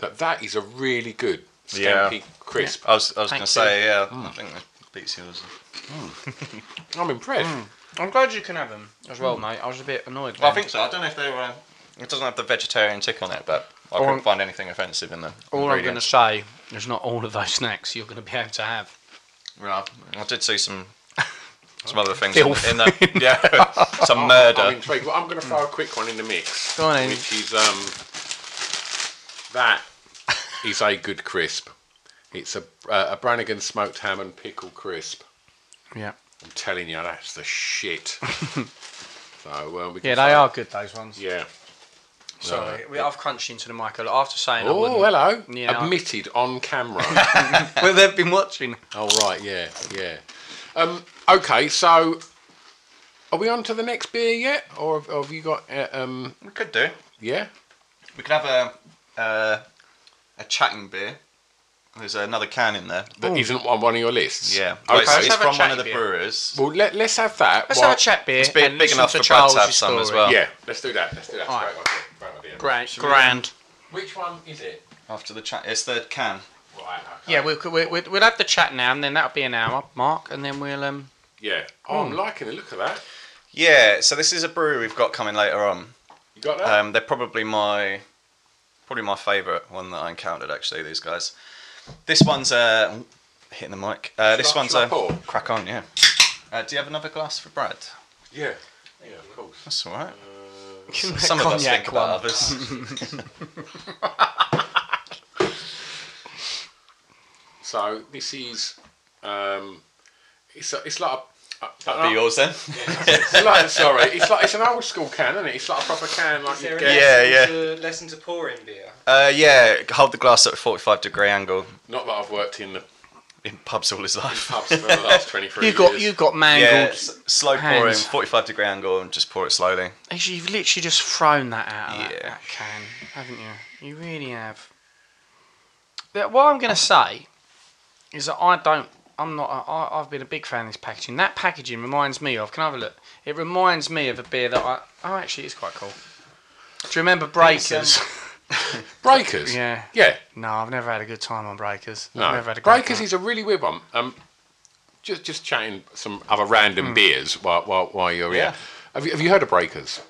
C: that that is a really good scampy
A: Yeah.
C: crisp.
A: I was, I was
E: Thank
A: going to say, yeah,
E: Hmm.
A: I think that beats yours.
C: I'm impressed.
E: Mm. I'm glad you can have them as well, mate. I was a bit annoyed.
A: so. I don't know if they were um, It doesn't have the vegetarian tick on it, but I
E: All
A: couldn't
E: I'm-
A: find anything offensive in the
E: All I'm going to
A: ingredients.
E: say is not all of those snacks you're going to be able to have.
A: Right. I did see some some other things in,
E: Filth.
A: in there. Yeah, some
E: Oh,
C: I'm-
A: murder.
C: I'm intrigued. Well, I'm going to throw a quick one in the mix.
E: Go on, Amy.
C: Which is um, that is a good crisp. It's a uh, a Brannigan smoked ham and pickle crisp.
E: Yeah.
C: I'm telling you, that's the shit. so uh, we can
E: Yeah, they
C: throw-
E: are good, those ones.
C: Yeah.
E: Sorry, we, I've crunched into the mic a lot after saying I
C: Oh,
E: wouldn't.
C: hello.
E: Yeah, I-
C: Admitted on camera.
E: well, they've been watching.
C: Oh, right, yeah, yeah. Um, okay, so are we on to the next beer yet? Or have, have you got. Uh, um,
A: we could do.
C: Yeah?
A: We could have a uh, a chatting beer. There's another can in there.
C: That not on one of your lists?
A: Yeah.
C: Okay.
A: Well, it's,
C: Let's
A: it's
C: have a
A: from one of
C: chatting
A: the
C: beer.
A: brewers.
C: Well, let, let's have that.
E: Let's
C: while-
E: have a chat beer.
A: It's big-
E: and
A: big
E: listen
A: enough
E: to
A: for Brad
E: Charles'
A: to have some as
E: story.
A: well.
C: Yeah, let's do that. Let's do that.
E: All
C: Great
E: right.
C: idea, great idea.
E: Grand.
C: Should we-
E: Grand.
C: Which one is it?
A: After the chat, it's the can.
C: Right, okay.
E: Yeah, we'll, we'll, we'll we'll have the chat now, and then that'll be an hour, Mark, and then we'll um.
C: Yeah. Oh, I'm liking the look of that.
A: Yeah. So this is a brew we've got coming later on.
C: You got that?
A: Um, they're probably my probably my favourite one that I encountered actually. These guys. This one's uh, hitting the mic. Uh, this
C: Shall I-
A: one's
C: shall I
A: uh,
C: pour?
A: crack on. Yeah. Uh, do you have another glass for Brad?
C: yeah. Yeah, of course.
A: That's all right.
E: Give me a
A: Some of us
E: Uh, cognac
A: think about
E: one.
A: others.
C: So this is. Um, it's, a, it's like a.
A: That'd be yours then.
C: It's like, sorry, it's like it's an old school can, isn't it? It's like a proper can, like you get.
A: Yeah, yeah.
F: The lesson to pour in beer.
A: Uh, yeah. Hold the glass at a 45 degree angle.
C: Not that I've worked in the
A: In pubs all his life.
C: pubs for the last twenty three
E: You
C: years.
E: got you got mangled.
A: Yeah, s- slow pouring,
E: hands.
A: 45 degree angle, and just pour it slowly.
E: Actually, you've literally just thrown that out of that,
A: Yeah.
E: that can, haven't you? You really have. But what I'm going to say is that I don't. I'm not. a- I, I've been a big fan of this packaging. That packaging reminds me of. Can I have a look? It reminds me of a beer that I. Oh, actually, it's quite cool. Do you remember Breakers?
C: breakers.
E: yeah.
C: Yeah.
E: No, I've never had a good time on Breakers. I've
C: No.
E: never had a great
C: Breakers
E: time.
C: is a really weird one. Um, just just chatting some other random
E: Hmm.
C: beers while while, while you're
A: Yeah.
C: here. Have you, have you heard of Breakers?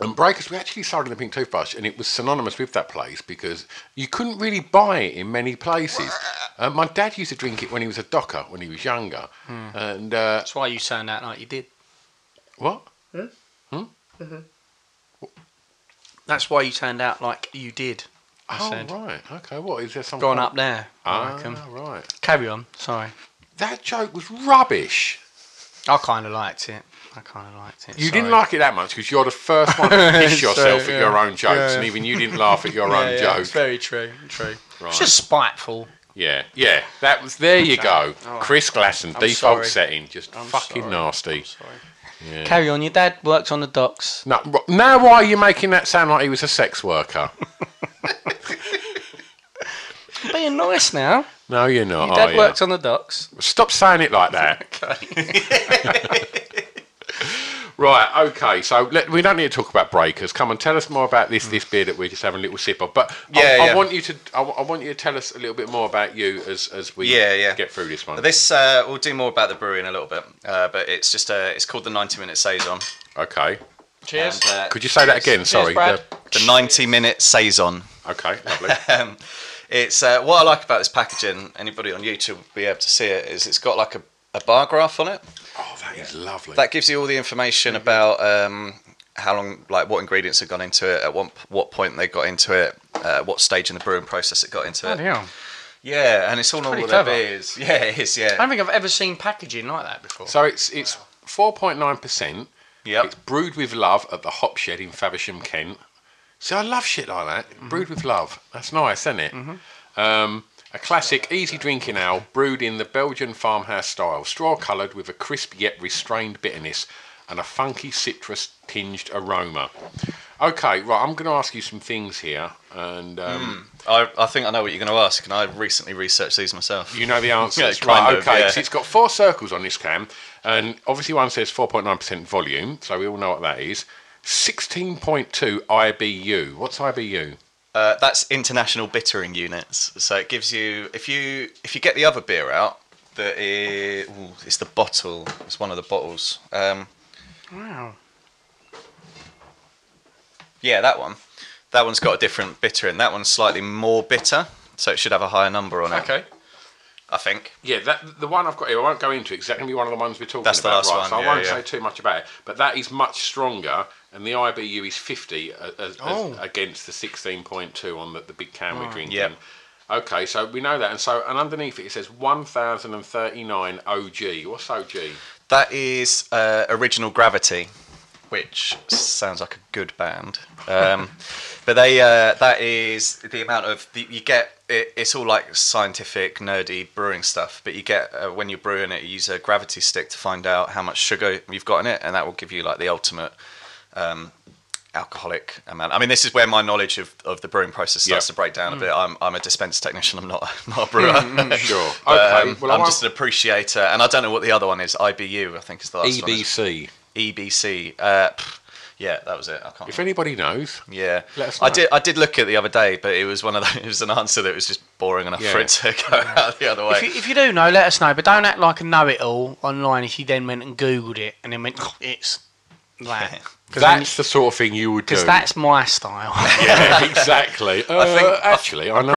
C: And Breakers, we actually started in the Pink Toothbrush, and it was synonymous with that place because you couldn't really buy it in many places. Uh, my dad used to drink it when he was a docker, when he was younger. And uh,
E: Hmm. That's why you turned out like you did.
C: what? Hmm?
E: That's why you turned out like you did. I
C: Oh,
E: said.
C: right. Okay. What is there? Some
E: Gone
C: kind-
E: up there. I
C: Ah,
E: reckon.
C: right.
E: Carry on. Sorry.
C: That joke was rubbish.
E: I kind of liked it. I kind of liked it.
C: You
E: sorry.
C: didn't like it that much because you're the first one to piss
E: So,
C: yourself at
E: yeah.
C: your own jokes,
E: Yeah,
C: and
E: yeah.
C: even you didn't laugh at your
E: Yeah,
C: own
E: yeah,
C: joke.
E: It's very true. True.
C: Right.
E: It's just spiteful.
C: Yeah, yeah. That was there. You go,
E: All right.
C: Chris Glasson,
E: I'm
C: default
E: sorry.
C: setting, just fucking nasty. Yeah.
E: Carry on. Your dad worked on the docks.
C: No, ro- now why are you making that sound like he was a sex worker?
E: Being nice now.
C: No, you're not.
A: Oh,
E: Your dad
C: are you?
E: worked on the docks.
C: Stop saying it like that. right, okay. So let, we don't need to talk about breakers. Come on, tell us more about this this beer that we're just having a little sip of. But I-
A: Yeah,
C: I,
A: yeah.
C: want you to I, wa- I want you to tell us a little bit more about you as as we
A: Yeah, yeah.
C: get through this one.
A: This uh, we'll do more about the brewery in a little bit, uh, but it's just uh, it's called the 90 minute saison.
C: okay.
E: Cheers.
A: And, uh,
C: Could you say that again? Sorry.
E: Brad.
A: the 90 minute saison.
C: the- okay, lovely.
A: Um, it's uh, what I like about this packaging. Anybody on YouTube will be able to see it. Is it's got like a, a bar graph on it
C: oh, that is lovely.
A: that gives you all the
E: Mm-hmm.
A: information about um, how long, like what ingredients have gone into it, at what what point they got into it, uh, what stage in the brewing process it got into it.
E: Oh, yeah.
A: Yeah, and it's all on
E: pretty
A: all their
E: clever.
A: beers. Yeah, it is.
E: I
A: Yeah.
E: don't think I've ever seen packaging like that before.
C: so it's it's four point nine percent.
A: Yep.
C: It's brewed with love at the Hop Shed in Faversham, Kent. See, I love shit like that. Brewed with love. That's nice, isn't it? Um, a classic, easy drinking ale brewed in the Belgian farmhouse style, straw coloured with a crisp yet restrained bitterness and a funky citrus tinged aroma. Okay, right, I'm going to ask you some things here, and um,
A: I, I think I know what you're going to ask, and I recently researched these myself.
C: you know the answers.
A: Yeah, kind
C: right,
A: of,
C: okay,
A: yeah.
C: so it's got four circles on this can, and obviously one says 4.9% volume, so we all know what that is. 16.2 IBU. What's IBU?
A: Uh, that's international bittering units. So it gives you if you if you get the other beer out that is ooh, it's the bottle. It's one of the bottles. Um,
E: Wow.
A: Yeah, that one. That one's got a different bitter in. That one's slightly more bitter, so it should have a higher number on it.
C: Okay.
A: I think.
C: Yeah, that, the one I've got here, I won't go into it because that can be one of the ones we're talking
A: That's the
C: about.
A: last
C: right,
A: one,
C: So I
A: yeah,
C: won't
A: yeah.
C: say too much about it. But that is much stronger, and the IBU is 50 a- as,
A: Oh.
C: as, against the 16.2 on the, the big can we're
A: Mm.
C: drinking.
A: Yep.
C: Okay, so we know that. And so and underneath it, it says 1039 OG. What's OG?
A: That is uh, Original Gravity, which sounds like a good band. Um, but they uh, that is the amount of the, you get. It, it's all like scientific, nerdy brewing stuff. But you get uh, when you're brewing it, you use a gravity stick to find out how much sugar you've got in it, and that will give you like the ultimate. Um, alcoholic amount i mean this is where my knowledge of, of the brewing process starts to break down a
C: Mm.
A: bit i'm, I'm a dispense technician i'm not, not a brewer
C: Sure.
A: But,
C: Mm, Okay,
A: um,
C: well, I
A: I'm
C: won't-
A: just an appreciator, and I don't know what the other one is. IBU, I think, is the last
C: E EBC.
A: one. EBC. Uh, pff, yeah, that was it. I can't.
C: If anybody knows,
A: yeah,
C: let us
A: I
C: know.
A: did. I did look at it the other day, but it was one of those, it was an answer that was just boring enough for
I: Yeah.
A: it to go out the other way.
I: If you, if you do know, let us know. But don't act like a know-it-all online. If you then went and googled it and then went, "Oh, it's that.
C: That's the sort of thing you would do.
I: Because that's my style.
C: yeah, exactly. Uh,
I: think-
C: actually, I know.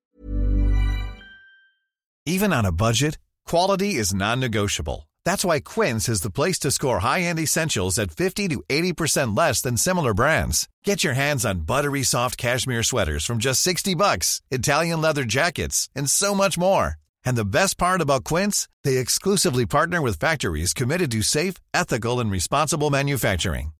J: Even on a budget, quality is non-negotiable. That's why Quince is the place to score high-end essentials at 50 to 80% less than similar brands. Get your hands on buttery soft cashmere sweaters from just 60 bucks, Italian leather jackets, and so much more. And the best part about Quince, they exclusively partner with factories committed to safe, ethical, and responsible manufacturing.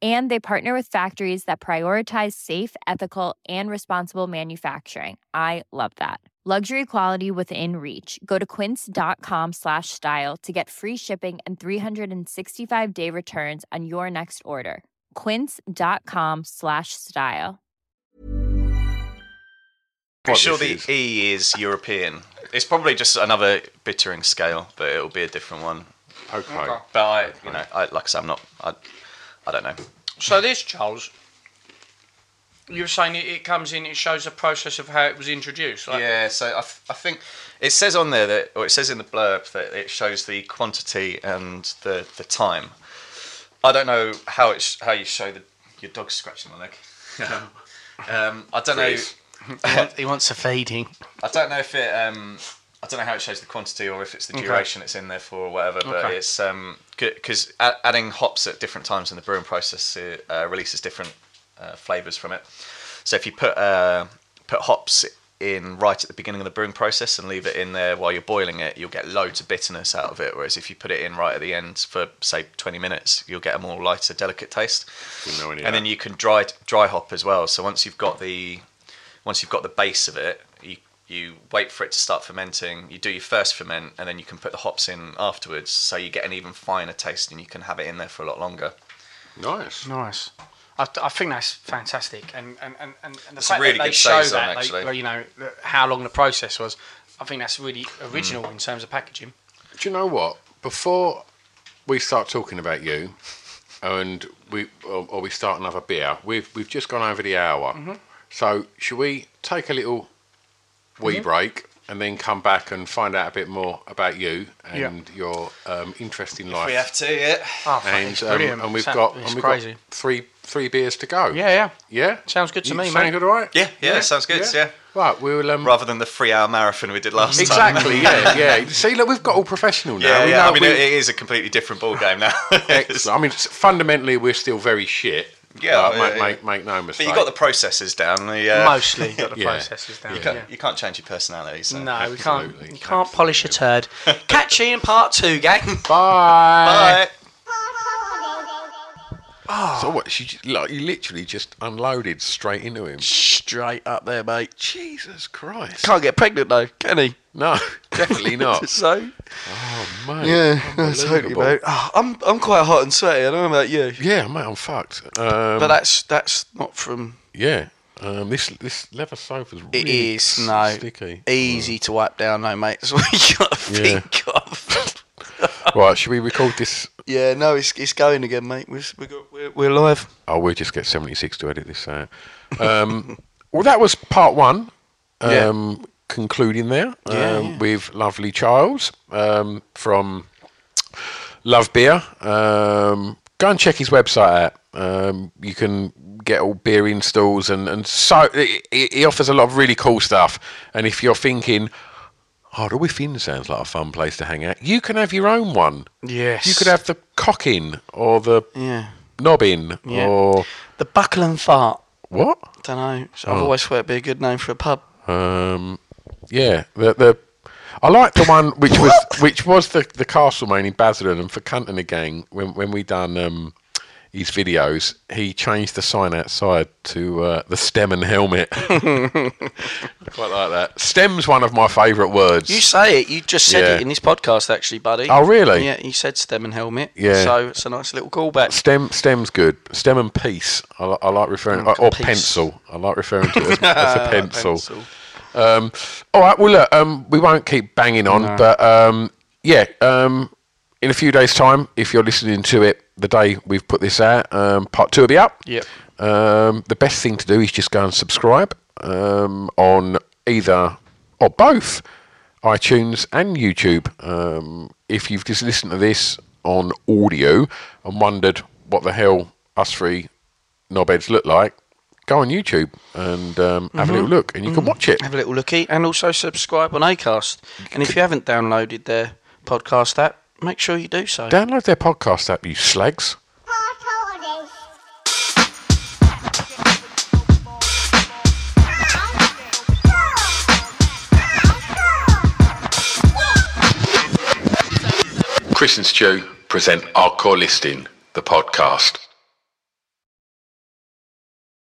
K: And they partner with factories that prioritize safe, ethical, and responsible manufacturing. I love that. Luxury quality within reach. Go to quince.com slash style to get free shipping and 365 day returns on your next order. Quince.com slash style.
A: I'm
K: What
A: sure the
K: this
A: E is European. It's probably just another bittering scale, but it'll be a different one.
I: E-
C: Okay.
I: Okay.
A: But I, you know, I, like I say, I'm not. I, I don't know.
I: So this, Charles, you were saying it, it comes in, it shows the process of how it was introduced. Like,
A: Yeah, so I, th- I think it says on there that, or it says in the blurb that it shows the quantity and the, the time. I don't know how it's how you show the your dog scratching my leg. um, I don't
I: Chris.
A: know.
I: he, wants, he wants a feeding.
A: I don't know if it. Um, I don't know how it shows the quantity or if it's the
I: Okay.
A: duration it's in there for or whatever. But
I: Okay.
A: it's um because adding hops at different times in the brewing process it, uh, releases different uh, flavors from it. So if you put uh, put hops in right at the beginning of the brewing process and leave it in there while you're boiling it, you'll get loads of bitterness out of it. Whereas if you put it in right at the end for say 20 minutes, you'll get a more lighter, delicate taste.
C: Didn't know any of
A: and then
C: that.
A: you can dry dry hop as well. So once you've got the once you've got the base of it, you you wait for it to start fermenting. You do your first ferment, and then you can put the hops in afterwards, so you get an even finer taste, and you can have it in there for a lot longer.
C: Nice.
I: Nice. I, I think that's fantastic, and and and and, and the
A: It's a
I: fact
A: really
I: that they
A: good
I: show
A: saison,
I: that,
A: actually.
I: like, you know, the- how long the process was. I think that's really original in terms of packaging.
C: Mm. Do you know what? Before we start talking about you, and we or, or we start another beer, we've we've just gone over the hour.
I: Mm-hmm.
C: So should we take a little wee
I: Mhm.
C: break and then come back and find out a bit more about you
A: Yeah.
C: and your um, interesting life?
A: we have to, yeah.
I: Oh, fuck,
C: and,
I: it's
C: um,
I: brilliant.
C: and we've
I: Sound-
C: got
I: it's
C: and we've
I: crazy.
C: got three three beers to go.
I: Yeah, yeah,
C: yeah.
I: Sounds good to
C: You
I: me,
C: sound
I: mate.
C: good, all right?
A: Yeah, yeah, sounds good. Yeah.
C: Right, we'll um,
A: rather than the three-hour marathon we did last time.
C: Exactly. yeah, yeah. See, look, we've got all professional now.
A: yeah,
C: We
A: yeah.
C: know-
A: I mean,
C: we-
A: it is a completely different ball game now.
C: Excellent. I mean, s- fundamentally, we're still very shit,
L: Yeah,
C: Like,
L: yeah,
C: make,
L: yeah.
C: Make, make no mistake.
L: But you got the processes down. The, uh,
A: Mostly got the Yeah. processes down,
L: You can't,
A: yeah.
L: you can't change your personality. So.
A: No, we can't. You can't polish a turd. Catch you in part two, gang. Bye.
C: Bye.
A: Oh,
C: So what? She j- like you literally just unloaded straight into him.
A: Straight up there, mate.
C: Jesus Christ!
A: Can't get pregnant though, can he?
C: No, definitely not.
A: so.
C: Oh mate.
L: Yeah, no, totally,
C: unbelievable.
L: mate. Oh,
A: Ah,
L: I'm I'm quite hot and sweaty. I don't know about you.
C: Yeah, mate, I'm fucked. Um,
A: but that's that's not from.
C: Yeah. Um, this this leather sofa's really
A: It is
C: s-
A: no
C: sticky.
A: easy to wipe down, no mate. That's what you got to
C: Yeah.
A: think of.
C: right, should we record this?
A: yeah, no, it's it's going again, mate. We're we got, we're, we're live.
C: Oh, we'll just get 76 to edit this out. Um, well, that was part one.
A: Yeah.
C: Um, Concluding there um,
A: Yeah,
C: with lovely Charles um, from Love Beer. Um, go and check his website out. Um, you can get all beer installs and and so he- he he offers a lot of really cool stuff. And if you're thinking, oh, the Whiffin sounds like a fun place to hang out, you can have your own one.
A: Yes.
C: You could have the cocking or the
A: yeah.
C: nobbing
A: Yeah.
C: or
A: the buckle and fart.
C: What?
A: Don't know. I've
C: Oh.
A: always thought it'd be a good name for a pub.
C: Um, yeah, the the I like the one which was which was the the Castlemaine in Basildon and for Cantona Gang when when we done um his videos, he changed the sign outside to uh, the stem and helmet. Quite like that. Stem's one of my favourite words.
A: You say it. You just said
C: Yeah.
A: it in this podcast, actually, buddy.
C: Oh, really?
A: Yeah, you said stem and helmet.
C: Yeah.
A: So it's a nice little callback.
C: Stem stem's good. Stem and piece. I, li- I like referring
A: Oh,
C: or
A: piece.
C: pencil. I like referring to it as, as
A: I
C: a
A: like
C: pencil.
A: pencil.
C: Um, all right. Well, look, um, we won't keep banging on,
A: No.
C: but um, yeah. Um, in a few days' time, if you're listening to it the day we've put this out, um, part two will be up.
A: Yep.
C: Um, the best thing to do is just go and subscribe um, on either or both iTunes and YouTube. Um, if you've just listened to this on audio and wondered what the hell us three knobheads look like, go on YouTube and um, have a
A: Mhm.
C: little look and you can
A: Mm.
C: watch it.
A: Have a little looky, and also subscribe on Acast. And if you haven't downloaded their podcast app, make sure you do so.
C: Download their podcast app, you slags. Chris and Stu present Our Core Listing, the podcast.